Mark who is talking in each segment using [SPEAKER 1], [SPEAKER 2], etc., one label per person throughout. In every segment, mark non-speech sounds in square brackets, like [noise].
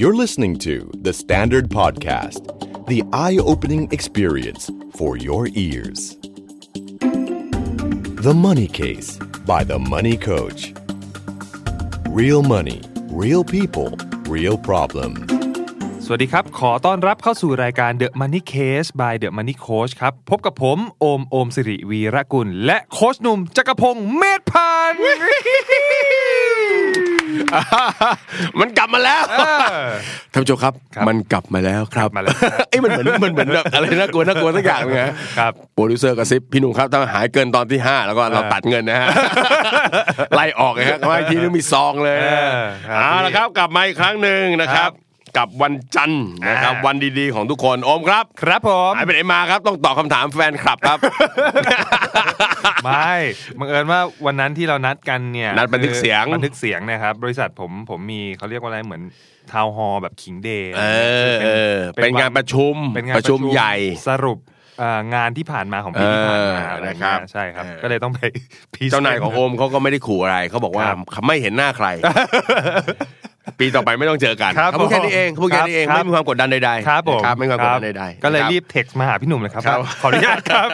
[SPEAKER 1] You're listening to The Standard Podcast, the eye opening experience for your ears. The Money Case by The Money Coach. Real money, real people, real problem.
[SPEAKER 2] สวัสดีครับ ขอต้อนรับเข้าสู่รายการ The Money Case by The Money Coach ครับ พบกับผม โอม โอมสิริวีระกุล และโคชหนุ่มจักรพงศ์เมธพันธ์ [laughs]
[SPEAKER 3] [laughs] มันกลับมาแล้วท่านผู้ชมครับ
[SPEAKER 2] ครับ
[SPEAKER 3] มันกลับมาแล้วครับ
[SPEAKER 2] กลับมาแล้ว
[SPEAKER 3] ไอ้ยมันเหมือนมันเหมือนแบบอะไรน่ากลัวน่ากลัวสักอย่างเลยนะครับโปรดิวเซอร์กระซิบพี่หนุ่มครับถ้าหายเกินตอนที่ 5 แล้วก็เราตัดเงินนะ
[SPEAKER 2] [laughs]
[SPEAKER 3] ฮะ ไล่ออกนะฮะมาอีกทีนึงมีซองเลยนะ
[SPEAKER 2] เออครับ
[SPEAKER 3] เอาละครับกลับมาอีกครั้งหนึ่งนะครับ กับวันจันทร์นะครับ
[SPEAKER 2] อ่า
[SPEAKER 3] วันดีๆของทุกคนโอมครับ
[SPEAKER 2] ครับผม
[SPEAKER 3] หายไปไหนมาครับต้องตอบคำถามแฟนคลับครับ
[SPEAKER 2] ไม่บังเอิญว่าวันนั้นที่เรานัดกันเนี่ย
[SPEAKER 3] นัดบันทึกเสียง
[SPEAKER 2] คือบันทึกเสียงนะครับ บริษัทผมผมมีเขาเรียกว่าอะไรเหมือนทาวน์ฮอลแบบคิงเดย์
[SPEAKER 3] เออเออเป็นงานประชุม
[SPEAKER 2] เป็นงาน
[SPEAKER 3] ประชุมใหญ่
[SPEAKER 2] สรุปเอ่องานที่ผ่านมาของปีที่ผ่านมา
[SPEAKER 3] เออ
[SPEAKER 2] อะไร
[SPEAKER 3] นะครั
[SPEAKER 2] เงี้
[SPEAKER 3] บ
[SPEAKER 2] ยใช่ครับ
[SPEAKER 3] เออ
[SPEAKER 2] ก็เลยต้องไป [laughs] present
[SPEAKER 3] เจ้านายของโอมเขาก็ไม่ได้ขู่อะไรเขาบอกว่า
[SPEAKER 2] ครับ
[SPEAKER 3] ไม่เห็นหน้าใคร ปีต่อไปไม่ต้องเจอกัน
[SPEAKER 2] ครับ
[SPEAKER 3] เขาพูดแค่นี้เองเขาพูดแค่นี้เอง
[SPEAKER 2] ครับ
[SPEAKER 3] ไม่มีความกดดันใดๆ
[SPEAKER 2] ครับผม
[SPEAKER 3] นะครับไม่มีความกด
[SPEAKER 2] ค
[SPEAKER 3] ดัน
[SPEAKER 2] รับ
[SPEAKER 3] ใดๆ
[SPEAKER 2] ก็เลย
[SPEAKER 3] นะค
[SPEAKER 2] รีบเท็กซ์มาหาพี่หนุ่มเลยครับ
[SPEAKER 3] ครับ
[SPEAKER 2] ว่าขออนุญาตครับ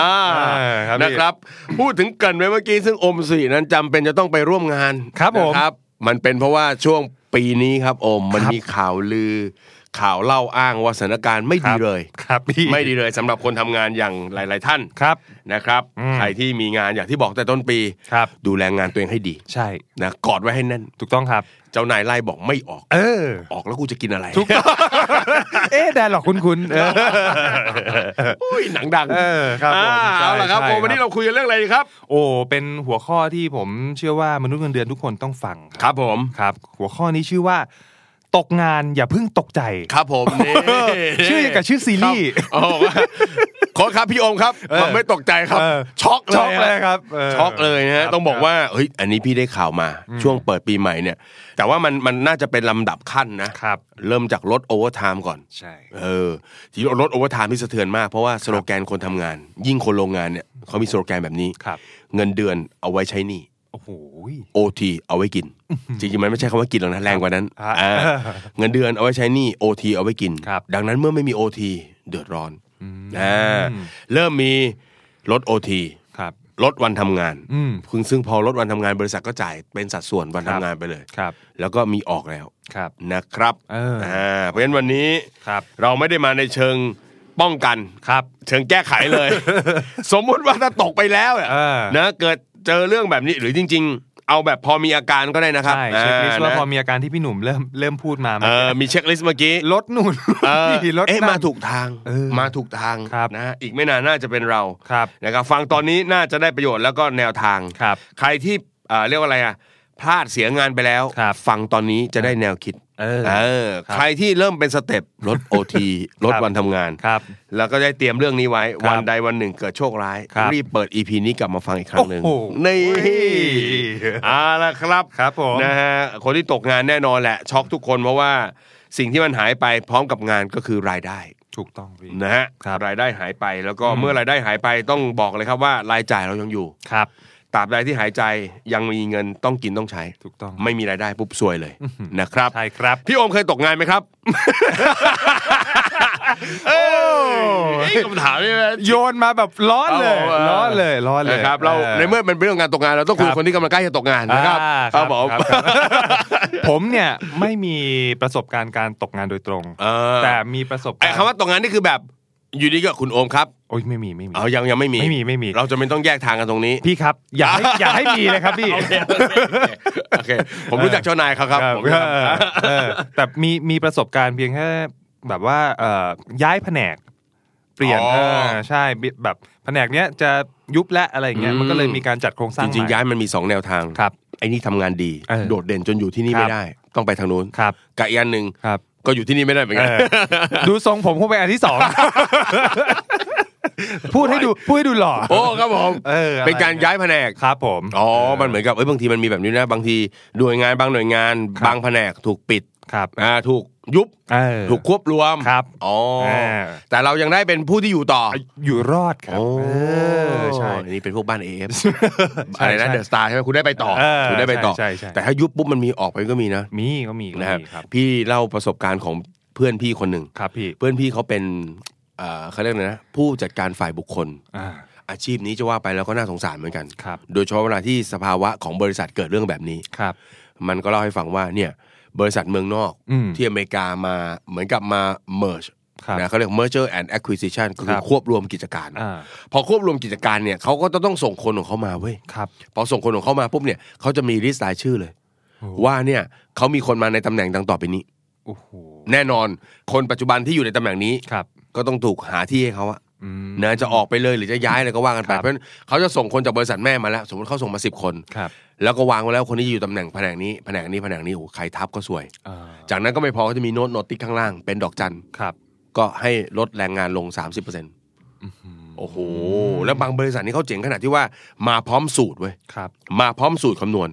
[SPEAKER 3] อ่า
[SPEAKER 2] เออครับพี่
[SPEAKER 3] นะครับ พูดถึงเกรินไว้เมื่อกี้ซึ่งโอมสี่นั้นจำเป็นจะต้องไปร่วมงาน
[SPEAKER 2] ครับผม
[SPEAKER 3] นะครับ มันเป็นเพราะว่าช่วงปีนี้ครับโอมมัน
[SPEAKER 2] ครับ
[SPEAKER 3] มีข่าวลือ ข่าวเล่าอ้างว่าสถานการณ์ไม่ดีเลย
[SPEAKER 2] ครับพี่
[SPEAKER 3] ไม่ดีเลยสำหรับคนทำงานอย่างหลาย ๆ ท่าน
[SPEAKER 2] ครับ
[SPEAKER 3] นะครับ
[SPEAKER 2] อืม
[SPEAKER 3] ใครที่มีงานอย่างที่บอกแต่ต้นปี
[SPEAKER 2] ครับ
[SPEAKER 3] ดูแลงานตัวเองให้ดี
[SPEAKER 2] ใช่
[SPEAKER 3] นะกอดไว้ให้แน่น
[SPEAKER 2] ถูกต้องครับ
[SPEAKER 3] เจ้านายไล่บอกไม่ออก
[SPEAKER 2] เออ
[SPEAKER 3] ออกแล้วกูจะกินอะไร
[SPEAKER 2] ถูกต้อง [laughs] เอ๊ะแดนหลอกคุ้นๆเออ
[SPEAKER 3] โอ้ยหนังดัง
[SPEAKER 2] เออครับผม
[SPEAKER 3] อ่า
[SPEAKER 2] ใช่
[SPEAKER 3] เอาละครับ
[SPEAKER 2] ใช่
[SPEAKER 3] ผมวัน
[SPEAKER 2] ครับ
[SPEAKER 3] นี้เราคุยกันเรื่องอะไรดีครับ
[SPEAKER 2] โอ้ เป็นหัวข้อที่ผมเชื่อว่ามนุษย์เงินเดือนทุกคนต้องฟัง
[SPEAKER 3] ค
[SPEAKER 2] ครับ
[SPEAKER 3] รับผม
[SPEAKER 2] ครับ หัวข้อนี้ชื่อว่า ตกงานอย่าเพิ่งตกใจ
[SPEAKER 3] ครับ [laughs] ผมนี่
[SPEAKER 2] ชื่อกับชื่อซีรีส์
[SPEAKER 3] โอ้ขอครับพี่โอมครับผมไม่ตกใจครับ
[SPEAKER 2] เออ
[SPEAKER 3] ช็อก
[SPEAKER 2] ช็อกเลย
[SPEAKER 3] ฮะ
[SPEAKER 2] ครับเ
[SPEAKER 3] ช็อกเลยนะ
[SPEAKER 2] ครั
[SPEAKER 3] ฮะต้องบอกว่าเฮ้ยอันนี้พี่ได้ข่าวมาช่วงเปิดปีใหม่เนี่ย แต่ว่ามันมันน่าจะเป็นลำดับขั้นนะ
[SPEAKER 2] ครับ
[SPEAKER 3] เริ่มจากลดโอเวอร์ไทม์ก่อน
[SPEAKER 2] ใช่
[SPEAKER 3] เออทีนี้ลดโอเวอร์ไทม์ที่สะเทือนมากเพราะว่าสโลแกนคนทำงาน ยิ่งคนโรงงานเนี่ยเขามีสโลแกนแบบนี้
[SPEAKER 2] ครับ
[SPEAKER 3] เงินเดือนเอาไว้ใช้หนี้
[SPEAKER 2] โอ้โห
[SPEAKER 3] โอทีเอาไว้กิน จริงๆ มันไม่ใช่คำว่ากินหรอกนะแรงกว่านั้น
[SPEAKER 2] ฮะ
[SPEAKER 3] อ่าเงินเดือนเอาไว้ใช้หนี้โอทีเอาไว้กิน
[SPEAKER 2] ครับ
[SPEAKER 3] ดังนั้นเมื่อไม่มีโอทีเดือดร้อนอ่าเริ่มมีลดโอที
[SPEAKER 2] ครับ
[SPEAKER 3] ลดวันทำงาน
[SPEAKER 2] อืม
[SPEAKER 3] พึ่งซึ่งพอลดวันทำงานบริษัทก็จ่ายเป็นสัดส่วนวันทำงานไปเลย
[SPEAKER 2] ครับ
[SPEAKER 3] แล้วก็มีออกแล้ว
[SPEAKER 2] ครับ
[SPEAKER 3] นะครับ
[SPEAKER 2] เอออ่
[SPEAKER 3] าเพราะฉะนั้นวันนี้
[SPEAKER 2] ครับ
[SPEAKER 3] เราไม่ได้มาในเชิงป้องกัน
[SPEAKER 2] ครับ
[SPEAKER 3] เชิงแก้ไขเลย
[SPEAKER 2] [laughs]
[SPEAKER 3] สมมุติว่าถ้าตกไปแล้วเนี่ย
[SPEAKER 2] เออ
[SPEAKER 3] นะเกิดเจอเรื่องแบบนี้หรือจริง ๆ เอาแบบพอมีอาการก็ได้นะครับ
[SPEAKER 2] ใช่เช็คลิสต์ว่า
[SPEAKER 3] นะ
[SPEAKER 2] พอมีอาการที่พี่หนุ่มเริ่มเริ่มพูดมา
[SPEAKER 3] เออมีเช็คลิสต์เมื่อกี้
[SPEAKER 2] ลดนู่น [laughs]
[SPEAKER 3] เออ
[SPEAKER 2] นี่ลด
[SPEAKER 3] เอ๊ะ
[SPEAKER 2] นั่น
[SPEAKER 3] มาถูกทาง
[SPEAKER 2] เออ
[SPEAKER 3] มาถูกทาง
[SPEAKER 2] ครับ
[SPEAKER 3] นะอีกไม่นานน่าจะเป็นเรา
[SPEAKER 2] ครับ
[SPEAKER 3] นะครับฟังตอนนี้น่าจะได้ประโยชน์แล้วก็แนวทาง
[SPEAKER 2] ครับ
[SPEAKER 3] ใครที่เอ่อเรียกว่าอะไรอ่ะพลาดเสียงานไปแล้ว
[SPEAKER 2] ครับ
[SPEAKER 3] ฟังตอนนี้จะได้แนวคิด
[SPEAKER 2] เออครับ
[SPEAKER 3] ใครที่เริ่มเป็นสเต็ปลดโอทีลด
[SPEAKER 2] ครับ
[SPEAKER 3] วันทำงาน
[SPEAKER 2] ครับ
[SPEAKER 3] แล้วก็ได้เตรียมเรื่องนี้ไว้
[SPEAKER 2] ครับ
[SPEAKER 3] วันใดวันหนึ่งเกิดโชคร้าย
[SPEAKER 2] ครับ
[SPEAKER 3] รีบเปิดอีพีนี้กลับมาฟังอีกครั้งหนึ่ง
[SPEAKER 2] โอ้โห
[SPEAKER 3] นี่
[SPEAKER 2] เฮ้ย
[SPEAKER 3] เอาละครับ
[SPEAKER 2] ครับผม
[SPEAKER 3] นะฮะคนที่ตกงานแน่นอนแหละ ช็อกทุกคนเพราะว่าสิ่งที่มันหายไปพร้อมกับงานก็คือรายได้
[SPEAKER 2] ถูกต้องพี่
[SPEAKER 3] นะฮะ
[SPEAKER 2] ครับ
[SPEAKER 3] รายได้หายไปแล้วก็เมื่อรายได้หายไปต้องบอกเลยครับว่ารายจ่ายเรายังอยู่
[SPEAKER 2] ครับ
[SPEAKER 3] ตราบใดที่หายใจยังมีเงินต้องกินต้องใช้
[SPEAKER 2] ถูกต้อง
[SPEAKER 3] ไม่มีรายได้ปุ๊บซวยเลยนะครับ
[SPEAKER 2] ใช่ครับ
[SPEAKER 3] พี่โอมเคยตกงานไหม
[SPEAKER 2] [laughs]
[SPEAKER 3] ครับ เอ้ยคำถามนี่นะ
[SPEAKER 2] โยนมาแบบร้อนเลย
[SPEAKER 3] า
[SPEAKER 2] ร้อนเลยร้อนเลย
[SPEAKER 3] ะครับ เรา
[SPEAKER 2] ออ
[SPEAKER 3] ในเมื่อมันเป็นเรื่องงานตกงานเราต้องคุย
[SPEAKER 2] ครั
[SPEAKER 3] กั
[SPEAKER 2] บบ
[SPEAKER 3] คนที่กำลังใกล้จะตกงานนะครับ
[SPEAKER 2] อ่าค
[SPEAKER 3] ค
[SPEAKER 2] รั
[SPEAKER 3] รั
[SPEAKER 2] บบ
[SPEAKER 3] ผม
[SPEAKER 2] ครับ
[SPEAKER 3] [laughs]
[SPEAKER 2] ผมเนี่ยไม่มีประสบการณ์การตกงานโดยตรง
[SPEAKER 3] เออ
[SPEAKER 2] แต่มีประสบกา
[SPEAKER 3] ไอ้
[SPEAKER 2] รณ์
[SPEAKER 3] คำว่าตกงานนี่คือแบบ อยู่ดีก็คุณโอมครับ
[SPEAKER 2] โอ้ยไม่มีไม่มี
[SPEAKER 3] เอายังยังไม่มี
[SPEAKER 2] ไม่มีไม่มี
[SPEAKER 3] เราจะไม่ต้องแยกทางกันต
[SPEAKER 2] [laughs]
[SPEAKER 3] รงนี้
[SPEAKER 2] พี่ครับ อย่าให้อย่าให้มีเลยครับพี่
[SPEAKER 3] โอเคโอเคผมรู้จักเจ้านายเขาครับ
[SPEAKER 2] ครับ
[SPEAKER 3] ผมรู้จัก
[SPEAKER 2] เออเออแต่มีมีประสบการณ์เพียงแค่แบบว่าเอ่อย้ายแผนก เปลี่ยนเออใช่แบบแผนกเนี้ยจะยุบและอะไรอย่างเงี้ยมันก็เลยมีการจัดโครงสร้าง
[SPEAKER 3] จริ
[SPEAKER 2] ให
[SPEAKER 3] ง
[SPEAKER 2] ม่
[SPEAKER 3] ๆย้ายมันมีสองแนวทาง
[SPEAKER 2] ครับ
[SPEAKER 3] ไอ้นี่ทำงานดี
[SPEAKER 2] เออ
[SPEAKER 3] โดดเด่นจนอยู่ที่นี่
[SPEAKER 2] ครับ
[SPEAKER 3] ไม่ได้ ต้องไปทางนู้น
[SPEAKER 2] ครับ
[SPEAKER 3] กับอีกอันหนึ่ง
[SPEAKER 2] ครับ
[SPEAKER 3] ก็อยู่ที่นี่ไม่ได้เหมือนกัน
[SPEAKER 2] ดูทรงผมคงเป็นอันที่สอง พูดให้ดูพูดให้ดูหล่อ
[SPEAKER 3] โอ้ครับผม
[SPEAKER 2] เอออะไร
[SPEAKER 3] เป็นการย้ายแผนก
[SPEAKER 2] ครับผม
[SPEAKER 3] อ๋อมันเหมือนกับเอ้ยบางทีมันมีแบบนี้นะ บางทีหน่วยงานบางหน่วยงาน
[SPEAKER 2] ครับ
[SPEAKER 3] บางแผนกถูกปิด
[SPEAKER 2] ครับ
[SPEAKER 3] อ่าถูกยุบ
[SPEAKER 2] เออ
[SPEAKER 3] ถูกควบรวม
[SPEAKER 2] ครับ
[SPEAKER 3] อ๋ออา แต่เรายังได้เป็นผู้ที่อยู่ต่อ
[SPEAKER 2] อยู่รอดครับ
[SPEAKER 3] โอ้
[SPEAKER 2] เออใช่
[SPEAKER 3] อันนี้เป็นพวกบ้านเอ
[SPEAKER 2] [laughs]
[SPEAKER 3] ฟ
[SPEAKER 2] ใช่
[SPEAKER 3] อะไรนะ
[SPEAKER 2] ใช่
[SPEAKER 3] เดอะสตาร์ใช่ไหมคุณได้ไปต่อ
[SPEAKER 2] เออ
[SPEAKER 3] คุณได้ไปต่อ
[SPEAKER 2] ใช่ใช่ใช่
[SPEAKER 3] แต่ถ้ายุบปุ๊บมันมีออกไปก็มีนะ
[SPEAKER 2] มีก็มีก็
[SPEAKER 3] นะครับ
[SPEAKER 2] มีครับ
[SPEAKER 3] พี่เล่าประสบการณ์ของเพื่อนพี่คนหนึ่ง
[SPEAKER 2] ครับพี่
[SPEAKER 3] เพื่อนพี่เขาเป็นเอ่อเขาเรียกอะไรนะ ผู้จัดการฝ่ายบุคคล
[SPEAKER 2] อ่า
[SPEAKER 3] อาชีพนี้จะว่าไปแล้วก็น่าสงสารเหมือนกัน
[SPEAKER 2] ครับ
[SPEAKER 3] โดยเฉพาะเวลาที่สภาวะของบริษัทเกิดเรื่องแบบนี้
[SPEAKER 2] ครับ
[SPEAKER 3] มันก็เล่าให้ฟังว่าเนี่ยบริษัทเมืองนอก
[SPEAKER 2] อืม
[SPEAKER 3] ที่อเมริกามาเหมือนกับมา merge
[SPEAKER 2] ครับ
[SPEAKER 3] นะเขาเรียก merger and acquisition ก็
[SPEAKER 2] ค
[SPEAKER 3] คือ
[SPEAKER 2] รับ
[SPEAKER 3] ควบรวมกิจการ
[SPEAKER 2] อ่า
[SPEAKER 3] พอควบรวมกิจการเนี่ยเขาก็ต้องส่งคนของเขามาเว้ย
[SPEAKER 2] ครับ
[SPEAKER 3] พอส่งคนของเขามาปุ๊บเนี่ยเขาจะมีลิสต์รายชื่อเลย
[SPEAKER 2] โอ้
[SPEAKER 3] ว่าเนี่ยเขามีคนมาในตำแหน่งดังต่อไปนี้
[SPEAKER 2] โอ้โห
[SPEAKER 3] แน่นอนคนปัจจุบันที่อยู่ในตำแหน่งนี้
[SPEAKER 2] ครับ
[SPEAKER 3] ก็ต้องถูกหาที่ให้เขาอะ
[SPEAKER 2] อืม
[SPEAKER 3] นะจะออกไปเลยหรือจะย้ายอะไรก็ว่ากันไป
[SPEAKER 2] ครับ
[SPEAKER 3] เพราะฉะนั้นเขาจะส่งคนจากบริษัทแม่มาแล้ว สมมติเขาส่งมาสิบคน
[SPEAKER 2] ครับ
[SPEAKER 3] แล้วก็วางไว้แล้วคนนี้อยู่ตำแหน่งแผนกนี้แผนกนี้แผนกนี้โอ้โหใครทับก็สวย
[SPEAKER 2] อ่า
[SPEAKER 3] จากนั้นก็ไม่พอก็จะมีโน้ตโนติกข้างล่างเป็นดอกจัน
[SPEAKER 2] ครับ
[SPEAKER 3] ก็ให้ลดแรงงานลง 30%โอ้โห แล้วบางบริษัทนี่เขาเจ๋งขนาดที่ว่ามาพร้อมสูตรเว้ย
[SPEAKER 2] ครับ
[SPEAKER 3] มาพร้อมสูตรคำนวณ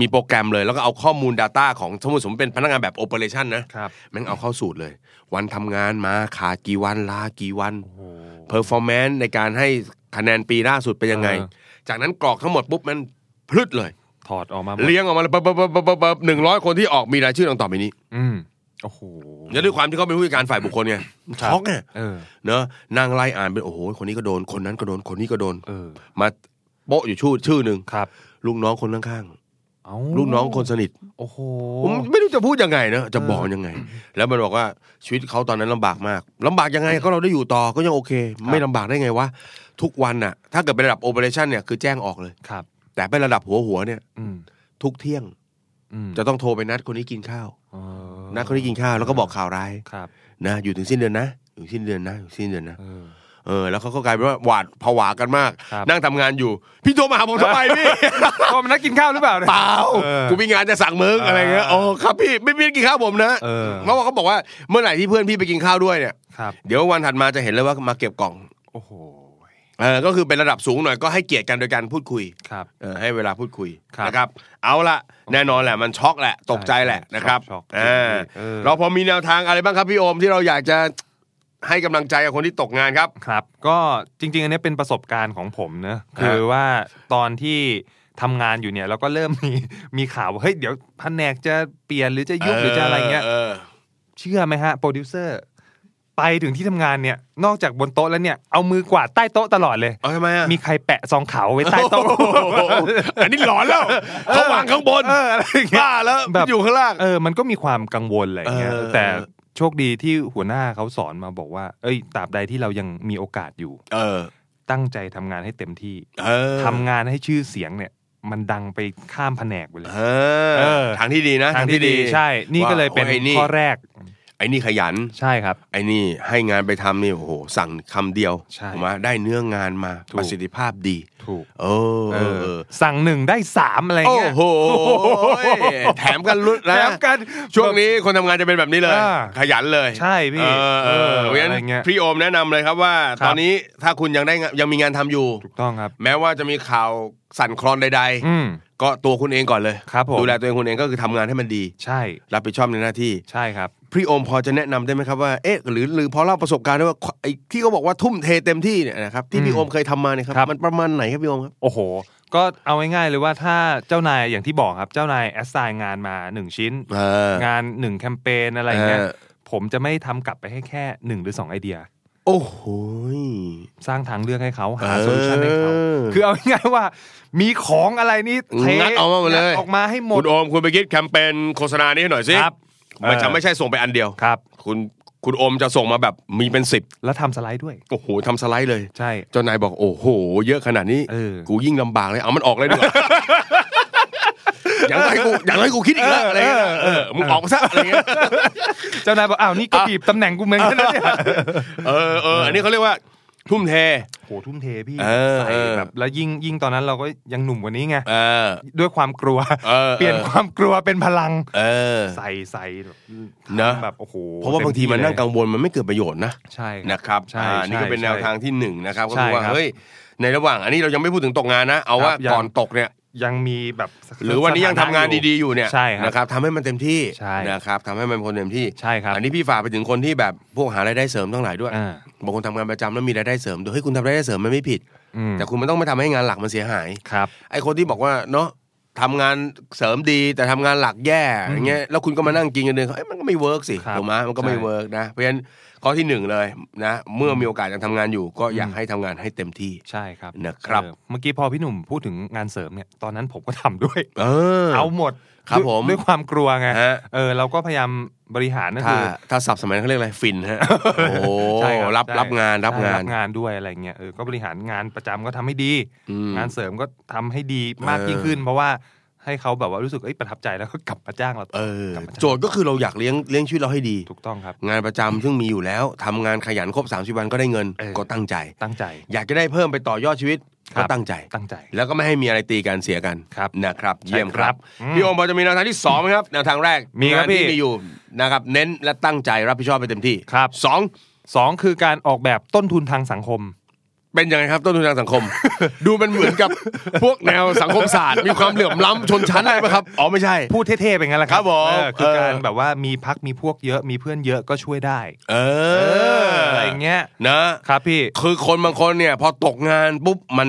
[SPEAKER 3] มีโปรแกรมเลยแล้วก็เอาข้อมูล Data ของสมมติสมมติเป็นพนักงานแบบโอเปอเรชันนะครับ แม่งเอาเข้าสูตรเลย วันทำงานมาขาดกี่วันลากี่วัน
[SPEAKER 2] โอ้โห
[SPEAKER 3] เพอร์ฟอร์แมนซ์ในการให้คะแนนปีล่าสุดเป็นยังไง
[SPEAKER 2] อ่า
[SPEAKER 3] จากนั้นกรอกทั้งหมดปุ๊บมันพลึดเลย
[SPEAKER 2] ถอดออกมาหมด
[SPEAKER 3] เลี้ยงออกมาเบบหนึ่งร้อยคนที่ออกมีรายชื่อดังต่อไปนี้
[SPEAKER 2] อืมโอ้โห
[SPEAKER 3] แล้วด้วยความที่เขาเป็นผู้จัดการฝ่ายบุคคลไงช็อกไง
[SPEAKER 2] เออ
[SPEAKER 3] เนอะนางไล่อ่านเป็นโอ้โหคนนี้ก็โดนคนนั้นก็โดนคนนี้ก็โดน
[SPEAKER 2] เออ
[SPEAKER 3] มาโป๊ะอยู่ชื่อชื่อหนึ่ง
[SPEAKER 2] ครับ
[SPEAKER 3] ลูกน้องคนข้าง
[SPEAKER 2] เอ้า
[SPEAKER 3] ๆลูกน้องคนสนิท
[SPEAKER 2] โอ้โห
[SPEAKER 3] ผมไม่รู้จะพูดยังไงเนอะจะบอก
[SPEAKER 2] เออ
[SPEAKER 3] ยังไง แล้วมันบอกว่าชีวิตเขาตอนนั้นลำบากมากลำบากยังไงก็เราได้อยู่ต่อก็ยังโอเค
[SPEAKER 2] ครับ
[SPEAKER 3] ไม่ลำบากได้ไงวะทุกวันน่ะ ถ้าเกิดเป็นระดับโอเปอเรชันเนี่ยคือแจ้งออกเลย
[SPEAKER 2] ครับ
[SPEAKER 3] แต่เป็นระดับหัวหัวๆเนี่ย
[SPEAKER 2] อืม
[SPEAKER 3] ทุกเที่ยง
[SPEAKER 2] อืม
[SPEAKER 3] จะต้องโทรไปนัดคนนี้กินข้าว
[SPEAKER 2] เออ
[SPEAKER 3] นัดคนนี้กินข้าวแล้วก็บอกข่าวร้าย
[SPEAKER 2] ครับ
[SPEAKER 3] นะอยู่ถึงสิ้นเดือนนะอยู่สิ้นเดือนนะอยู่สิ้นเดือนนะ
[SPEAKER 2] เออ
[SPEAKER 3] เออแล้วเขาก็กลายเป็นว่าหวาดผวากันมาก
[SPEAKER 2] ครับ
[SPEAKER 3] นั่งทำงานอยู่ พี่โทรมาหาผมทำไม
[SPEAKER 2] [laughs]
[SPEAKER 3] พี่
[SPEAKER 2] ว่ามันนักกินข้าวหรือเปล่าเนี่ย
[SPEAKER 3] เปล่า
[SPEAKER 2] เออ
[SPEAKER 3] กูมีงานจะสั่งมึง
[SPEAKER 2] เอออ
[SPEAKER 3] อะไรเงี้ยโอ้ครับพี่ไม่มีกินข้าวผมนะ
[SPEAKER 2] เออ
[SPEAKER 3] เพราะว่าเขาบอกว่าเมื่อไหร่ที่เพื่อนพี่ไปกินข้าวด้วยเนี่ย
[SPEAKER 2] ครับ
[SPEAKER 3] เดี๋ยววันถัดมาจะเห็นเลยว่ามาเก็บกล่อง
[SPEAKER 2] โอ้โห
[SPEAKER 3] เออก็คือเป็นระดับสูงหน่อยก็ให้เกียรติกันโดยการพูดคุย
[SPEAKER 2] ครับ
[SPEAKER 3] เออให้เวลาพูดคุย
[SPEAKER 2] ครับ
[SPEAKER 3] นะครับ เอาละแน่นอนแหละมันช็อกแหละตกใจแหละ
[SPEAKER 2] ใช่
[SPEAKER 3] นะครับ
[SPEAKER 2] ช็อก
[SPEAKER 3] เออ
[SPEAKER 2] เออ
[SPEAKER 3] เราพอมีแนวทางอะไรบ้างครับพี่โอมที่เราอยากจะให้กำลังใจกับคนที่ตกงานครับ
[SPEAKER 2] ครับ ก็จริง ๆ อันนี้เป็นประสบการณ์ของผมเนอะคือว่าตอนที่ทำงานอยู่เนี่ยเราก็เริ่มมี [laughs] มีข่าวว่าเฮ้ยเดี๋ยวแผนกจะเปลี่ยนหรือจะยุบหรือจะอะไรเงี้ย เชื่อไหมฮะโปรดิวเซอร์ ไปถึงที่ทำงานเนี่ยนอกจากบนโต๊ะแล้วเนี่ยเอามือกวาดใต้โต๊ะตลอดเลย
[SPEAKER 3] เอาทำไมอ่ะ
[SPEAKER 2] มีใครแปะซองขาวไว้ใต้ [laughs] โต๊ะ
[SPEAKER 3] [laughs] อันนี้หลอนแล้วเขาวางข้างบน
[SPEAKER 2] เอออะไรอย่างเงี้ย
[SPEAKER 3] บ้าแล้ว
[SPEAKER 2] แบบ
[SPEAKER 3] อยู่ข้างล่าง
[SPEAKER 2] เออมันก็มีความกังวลอะไรเงี้ย
[SPEAKER 3] เออ
[SPEAKER 2] แต่โชคดีที่หัวหน้าเขาสอนมาบอกว่า เอ้ยตราบใดที่เรายังมีโอกาสอยู่
[SPEAKER 3] เออ
[SPEAKER 2] ตั้งใจทำงานให้เต็มที่
[SPEAKER 3] เออ
[SPEAKER 2] ทำงานให้ชื่อเสียงเนี่ย มันดังไปข้ามแผนกไปเลย
[SPEAKER 3] เออ
[SPEAKER 2] เออ
[SPEAKER 3] ทางที่ดีนะ
[SPEAKER 2] ทางที่ดีใช่ นี่ก็เลยเป็น
[SPEAKER 3] ว่าโอ้ไอ้นี่
[SPEAKER 2] ข้อแรก
[SPEAKER 3] ไอ้นี่ขยัน
[SPEAKER 2] ใช่ครับ
[SPEAKER 3] ไอ้นี่ให้งานไปทำนี่โอ้โห สั่งคำเดียว
[SPEAKER 2] ใช่
[SPEAKER 3] ถูกไหมาได้เนื้องานมา
[SPEAKER 2] ถูก
[SPEAKER 3] ประสิทธิภาพดี
[SPEAKER 2] ถูก
[SPEAKER 3] เออ
[SPEAKER 2] เอ
[SPEAKER 3] เออ
[SPEAKER 2] อ
[SPEAKER 3] เออ
[SPEAKER 2] สั่งหนึ่งได้สามอะไร
[SPEAKER 3] โอ้
[SPEAKER 2] เงี้ย
[SPEAKER 3] โหแถมกันลุ้นนะ
[SPEAKER 2] แถมกัน
[SPEAKER 3] ช่วงนี้คนทำงานจะเป็นแบบนี้เลย
[SPEAKER 2] อ่า
[SPEAKER 3] ขยันเลย
[SPEAKER 2] ใช่พี่
[SPEAKER 3] เออเออ
[SPEAKER 2] เออ
[SPEAKER 3] เพราะฉะ
[SPEAKER 2] อะไรเงี้
[SPEAKER 3] นั้น
[SPEAKER 2] ย
[SPEAKER 3] พี่โอมแนะนำเลยครับว่า
[SPEAKER 2] ครับ
[SPEAKER 3] ตอนนี้ถ้าคุณยังได้งานยังมีงานทำอยู่
[SPEAKER 2] ถูกต้องครับ
[SPEAKER 3] แม้ว่าจะมีข่าวสั่นคลอนใด
[SPEAKER 2] อืม
[SPEAKER 3] ๆ ก็ตัวคุณเองก่อนเลย
[SPEAKER 2] ครับผม
[SPEAKER 3] ดูแลตัวเองคุณเองก็คือทำงานให้มันดี
[SPEAKER 2] ใช่
[SPEAKER 3] รับผิดชอบในหน้าที่
[SPEAKER 2] ใช่ครับ
[SPEAKER 3] พี่โอมพอจะแนะนำได้ไหมครับว่า เอ๊ะ หรือหรือพอเล่าประสบการณ์ได้ว่าไอ้ที่เขาบอกว่าทุ่มเทเต็มที่เนี่ยนะครับที่พี่โอมเคยทำมาเนี่ยครับ
[SPEAKER 2] ครับ
[SPEAKER 3] มันประมาณไหนครับพี่โอมครับ
[SPEAKER 2] โอ้โห ก็เอาง่ายๆเลยว่าถ้าเจ้านายอย่างที่บอกครับ เจ้านายแอสไซน์งานมาหนึ่งชิ้น
[SPEAKER 3] เออ
[SPEAKER 2] งานหนึ่งแคมเปญอะไรเงี้ย
[SPEAKER 3] เออ
[SPEAKER 2] ผมจะไม่ทำกลับไปให้แค่หนึ่งหรือสองไอเดีย
[SPEAKER 3] โอ้โห
[SPEAKER 2] สร้างทางเลือกให้เขาหา
[SPEAKER 3] เออ
[SPEAKER 2] โซลูชันให้เขาคือเอาง่ายๆว่า มีของอะไรนี่เท
[SPEAKER 3] งัดออกมาหมดเลย
[SPEAKER 2] งัออกมาให้หม
[SPEAKER 3] คุ
[SPEAKER 2] ด
[SPEAKER 3] ณโอมคุณไปคิดแคมเปญโฆษณานี้ให้หน่อยสิ
[SPEAKER 2] ครับ
[SPEAKER 3] มันจะ
[SPEAKER 2] เออ
[SPEAKER 3] ไม่ใช่ส่งไปอันเดียว
[SPEAKER 2] ครับ
[SPEAKER 3] คุณคุณโอมจะส่งมาแบบมีเป็นสิบ
[SPEAKER 2] แล้วทำสไลด์ด้วย
[SPEAKER 3] โอ้โหทำสไลด์เลย
[SPEAKER 2] ใช่
[SPEAKER 3] เจ้านายบอกโอ้โห เยอะขนาดนี้
[SPEAKER 2] เออ
[SPEAKER 3] กูยิ่งลำบากเลยเอามันออกเลย [laughs] ดีกว่า อย่างไรกูอย่างไรกูคิดอีกแล้วอะไรเงี้ยเออมึงออกมาซะอะไรเงี้ย
[SPEAKER 2] เจ้านายบอกอ้าวนี่ก็บีบตำแหน่งกูเหมือนกันนะเนี่ย
[SPEAKER 3] เออเอออันนี้เขาเรียกว่าทุ่มเท
[SPEAKER 2] โหทุ่มเทพี่
[SPEAKER 3] เออ
[SPEAKER 2] ใส่
[SPEAKER 3] เออ
[SPEAKER 2] แบบแล้วยิ่งยิ่งตอนนั้นเราก็ยังหนุ่มกว่านี้ไง
[SPEAKER 3] เออ
[SPEAKER 2] ด้วยความกลัว
[SPEAKER 3] เออ
[SPEAKER 2] เปลี่ยนความกลัวเป็นพลัง
[SPEAKER 3] เออ
[SPEAKER 2] ใส่ใส่แบบ
[SPEAKER 3] เนอะ
[SPEAKER 2] แบบโอ้โห
[SPEAKER 3] เพราะว่าบางทีมันนั่งกังวลมันไม่เกิดประโยชน์นะ
[SPEAKER 2] ใช่
[SPEAKER 3] นะครับ
[SPEAKER 2] ใช่
[SPEAKER 3] อ่านี่ก็
[SPEAKER 2] ใช่
[SPEAKER 3] เป็นแนว
[SPEAKER 2] ใช่
[SPEAKER 3] ทางที่หนึ่งนะครับก็
[SPEAKER 2] ใช่
[SPEAKER 3] คือว่า
[SPEAKER 2] ครับ
[SPEAKER 3] เฮ้ยในระหว่างอันนี้เรายังไม่พูดถึงตกงานนะ เอาว่า
[SPEAKER 2] ครับยัง
[SPEAKER 3] ก่อนตกเนี่ย
[SPEAKER 2] ยังมีแบบ
[SPEAKER 3] หรือวันนี้ยังทำงานดีๆอยู่เนี่ย
[SPEAKER 2] ใช่ครับ
[SPEAKER 3] นะครับทำให้มันเต็มที่
[SPEAKER 2] ใช่
[SPEAKER 3] นะครับทำให้มันพ้นเต็มที่
[SPEAKER 2] ใช่ครับ
[SPEAKER 3] อันนี้พี่ฝากไปถึงคนที่แบบพวกหารายได้เสริมทั้งหลายด้วย
[SPEAKER 2] อ่า
[SPEAKER 3] บางคนทำงานประจำแล้วมีรายได้เสริมด้วยเฮ้ยคุณทำรายได้เสริมมันไม่ผิด
[SPEAKER 2] อืม
[SPEAKER 3] แต่คุณไม่ต้องไปทำให้งานหลักมันเสียหาย
[SPEAKER 2] ครับ
[SPEAKER 3] ไอ้คนที่บอกว่าเนาะทำงานเสริมดีแต่ทำงานหลักแย่อย่างเงี้ยแล้วคุณก็มานั่งกินกันเดือนเขาเอ้ยมันก็ไม่เวิร์กสิ
[SPEAKER 2] ครับ
[SPEAKER 3] ถูกไหมมันก็ไม่
[SPEAKER 2] ใช่
[SPEAKER 3] เวิร์กนะเพราะฉะนั้นข้อที่หนึ่งเลยนะเมื่อมีโอกาสยังทำงานอยู่ก็อยาก
[SPEAKER 2] อืม
[SPEAKER 3] ให้ทำงานให้เต็มที่
[SPEAKER 2] ใช่ครับ
[SPEAKER 3] นะครับ
[SPEAKER 2] เออเมื่อกี้พอพี่หนุ่มพูดถึงงานเสริมเนี่ยตอนนั้นผมก็ทำด้วย
[SPEAKER 3] เออ
[SPEAKER 2] เอาหมด
[SPEAKER 3] ครับ
[SPEAKER 2] ด้วย
[SPEAKER 3] ผม
[SPEAKER 2] ด้วยความกลัวไง
[SPEAKER 3] ฮะ
[SPEAKER 2] เออเราก็พยายามบริหารนั่น
[SPEAKER 3] ถ้า
[SPEAKER 2] คือ
[SPEAKER 3] ถ้าสับสมัยเขาเรียกอะไรฟิน
[SPEAKER 2] [laughs]
[SPEAKER 3] ฮะโอ้โห
[SPEAKER 2] ใช่ครับ
[SPEAKER 3] รับ
[SPEAKER 2] ใช่
[SPEAKER 3] รับงานรับงาน
[SPEAKER 2] รับงานด้วยอะไรเงี้ยเออก็บริหารงานประจำก็ทำให้ดี
[SPEAKER 3] อืม
[SPEAKER 2] งานเสริมก็ทำให้ดีมาก
[SPEAKER 3] เออ
[SPEAKER 2] ยิ่งขึ้น เพราะว่าให้เขาแบบว่ารู้สึกเอ้ยประทับใจแล้วก็ก [laughs] ลับมาจ้างเรา
[SPEAKER 3] เออ
[SPEAKER 2] กลับมาาง
[SPEAKER 3] โจทย์ก็คือเราอยากเลี้ยงเลี้ยงชีวิตเราให้ดี
[SPEAKER 2] ถูกต้องครับ
[SPEAKER 3] งานประจำซึ่งมีอยู่แล้วทำงานขยันครบ30วันก็ได้เงิน
[SPEAKER 2] เออ
[SPEAKER 3] ก็ตั้งใจ
[SPEAKER 2] ตั้งใจ
[SPEAKER 3] อยากจะได้เพิ่มไปต่อยอดชีวิต
[SPEAKER 2] ครั
[SPEAKER 3] ก็
[SPEAKER 2] บ
[SPEAKER 3] ตั้งใจ
[SPEAKER 2] ตั้งใจ
[SPEAKER 3] แล้วก็ไม่ให้มีอะไรตีกันเสียกัน
[SPEAKER 2] ครับ
[SPEAKER 3] นะครับ
[SPEAKER 2] ใช่
[SPEAKER 3] เยี่ยมครั
[SPEAKER 2] ค
[SPEAKER 3] บ
[SPEAKER 2] รับอืม
[SPEAKER 3] พี่โอมพอจะมีแนวทางที่สองไหมครับแนวทางแรก
[SPEAKER 2] มีครับ
[SPEAKER 3] งานที่
[SPEAKER 2] พี่
[SPEAKER 3] มีอยู่นะครับเน้นและตั้งใจรับผิดชอบไปเต็มที่
[SPEAKER 2] ครับ
[SPEAKER 3] สอง
[SPEAKER 2] สองคือการออกแบบต้นทุนทางสังคม
[SPEAKER 3] เป็นยังไงครับต้นทุนทางสัง
[SPEAKER 2] [laughs]
[SPEAKER 3] คม ดูมันเหมือนกับพวกแนวสังคมศาสตร์มีความเหลื่อมล้ำชนชั้นอะไรไหมครับอ๋อไม่ใช่
[SPEAKER 2] พูดเท่ๆเป็นไงล่ะครั
[SPEAKER 3] ครับ บผม
[SPEAKER 2] เออคือ
[SPEAKER 3] เออ
[SPEAKER 2] การแบบว่ามีพักมีพวกเยอะมีเพื่อนเยอะก็ช่วยได้
[SPEAKER 3] เอ
[SPEAKER 2] เอ
[SPEAKER 3] อ
[SPEAKER 2] อะไรเงี้ย
[SPEAKER 3] นะครับ
[SPEAKER 2] พี่
[SPEAKER 3] คือคนบางคนเนี่ย พอตกงานปุ๊บมัน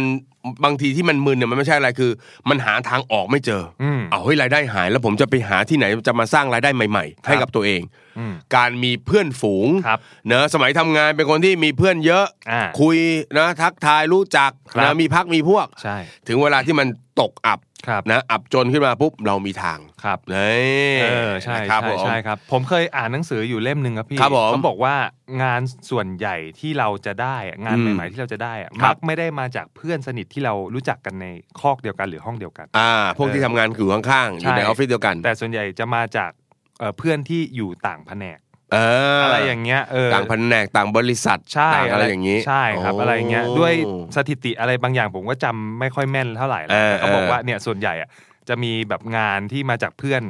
[SPEAKER 3] บางทีที่มันมึนเนี่ยมันไม่ใช่อะไรคือ มันหาทางออกไม่เจออ
[SPEAKER 2] อืม
[SPEAKER 3] เอาเฮ้ยรายได้หาย แล้วผมจะไปหาที่ไหนจะมาสร้างรายได้ใหม่ ๆ ให้
[SPEAKER 2] ครับ
[SPEAKER 3] กับตัวเอง
[SPEAKER 2] อืม
[SPEAKER 3] การมีเพื่อนฝูง
[SPEAKER 2] ครับ
[SPEAKER 3] เนอะสมัยทำงานเป็นคนที่มีเพื่อนเยอะ
[SPEAKER 2] อ่า
[SPEAKER 3] คุยนะทักทายรู้จัก
[SPEAKER 2] ครับ
[SPEAKER 3] นะมีพักมีพวก
[SPEAKER 2] ใช่
[SPEAKER 3] ถึงเวลาที่มันตกอับ
[SPEAKER 2] ครับ
[SPEAKER 3] นะอับจนขึ้นมาปุ๊บเรามีทาง
[SPEAKER 2] ครับ
[SPEAKER 3] นี่
[SPEAKER 2] เออใช่
[SPEAKER 3] ครับ
[SPEAKER 2] ใช่
[SPEAKER 3] ผม
[SPEAKER 2] ใช่ครับ ผมเคยอ่านหนังสืออยู่เล่มหนึ่งครับพี่
[SPEAKER 3] ครับผม
[SPEAKER 2] เขาบอกว่างานส่วนใหญ่ที่เราจะได้อะงาน
[SPEAKER 3] อืม
[SPEAKER 2] ใหม่ๆที่เราจะได้อะ
[SPEAKER 3] ครั
[SPEAKER 2] มั
[SPEAKER 3] บ
[SPEAKER 2] กไม่ได้มาจากเพื่อนสนิทที่เรารู้จักกันในคอกเดียวกันหรือห้องเดียวกัน
[SPEAKER 3] อ่า พวกที่ทำงานอยู่ข้างๆ อยู่
[SPEAKER 2] ใช่
[SPEAKER 3] ในออฟฟิศเดียวกัน
[SPEAKER 2] แต่ส่วนใหญ่จะมาจากเอ่อเพื่อนที่อยู่ต่างแผนก
[SPEAKER 3] เอออ
[SPEAKER 2] อะไรอย่างเงี้ยเออ
[SPEAKER 3] ต่างแผนกต่างบริษัท
[SPEAKER 2] ใช่
[SPEAKER 3] ต่างอะไรอย่าง
[SPEAKER 2] นี้
[SPEAKER 3] นี้
[SPEAKER 2] ใช่ครับ
[SPEAKER 3] โ
[SPEAKER 2] อะไรอย่างเงี้ยด้วยสถิติอะไรบางอย่างผมก็จำไม่ค่อยแม่นเท่าไหร่แล้ว
[SPEAKER 3] เออ
[SPEAKER 2] แต่เขาบอก
[SPEAKER 3] เออ
[SPEAKER 2] ว่าเนี่ยส่วนใหญ่อะจะมีแบบงานที่มาจากเพื่อน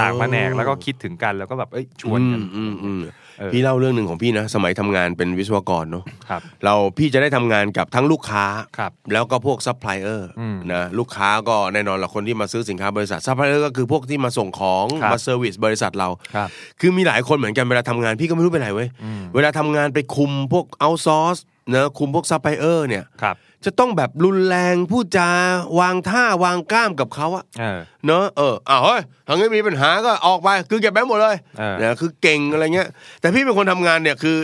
[SPEAKER 2] ต่างแผนก
[SPEAKER 3] อ๋อ
[SPEAKER 2] แล้วก็คิดถึงกันแล้วก็แบบเอ้ยชวนกัน
[SPEAKER 3] อืมอืมอืม
[SPEAKER 2] เออ
[SPEAKER 3] พี่เล่าเรื่องหนึ่งของพี่นะ สมัยทำงานเป็นวิศวกรเนาะ
[SPEAKER 2] ครับ
[SPEAKER 3] เราพี่จะได้ทำงานกับทั้งลูกค้า
[SPEAKER 2] ครับ
[SPEAKER 3] แล้วก็พวกซัพพลายเออร์
[SPEAKER 2] อืม
[SPEAKER 3] นะลูกค้าก็แน่นอนละคนที่มาซื้อสินค้าบริษัทซัพพลายเออร์ก็คือพวกที่มาส่งของ
[SPEAKER 2] ครับ
[SPEAKER 3] มาเซอร์วิสบริษัทเรา
[SPEAKER 2] ครับ
[SPEAKER 3] คือมีหลายคนเหมือนกันเวลาทำงานพี่ก็ไม่รู้เป็นไรเว้ย
[SPEAKER 2] อืม
[SPEAKER 3] เวลาทำงานไปคุมพวกเอาซอร์สเนะคุมพวกซัพพลายเออร์เนี่ย
[SPEAKER 2] ครับ
[SPEAKER 3] จะต้องแบบรุนแรงพูดจาวางท่าวางกล้ามกับเขาอะ
[SPEAKER 2] เออ
[SPEAKER 3] เนอะเอออ้าวเฮ้ยทางนี้มีปัญหาก็ออกไปคือเก็บไปหมดเลย
[SPEAKER 2] เออ
[SPEAKER 3] นะคือเก่งอะไรเงี้ย แต่พี่เป็นคนทำงานเนี่ยคือ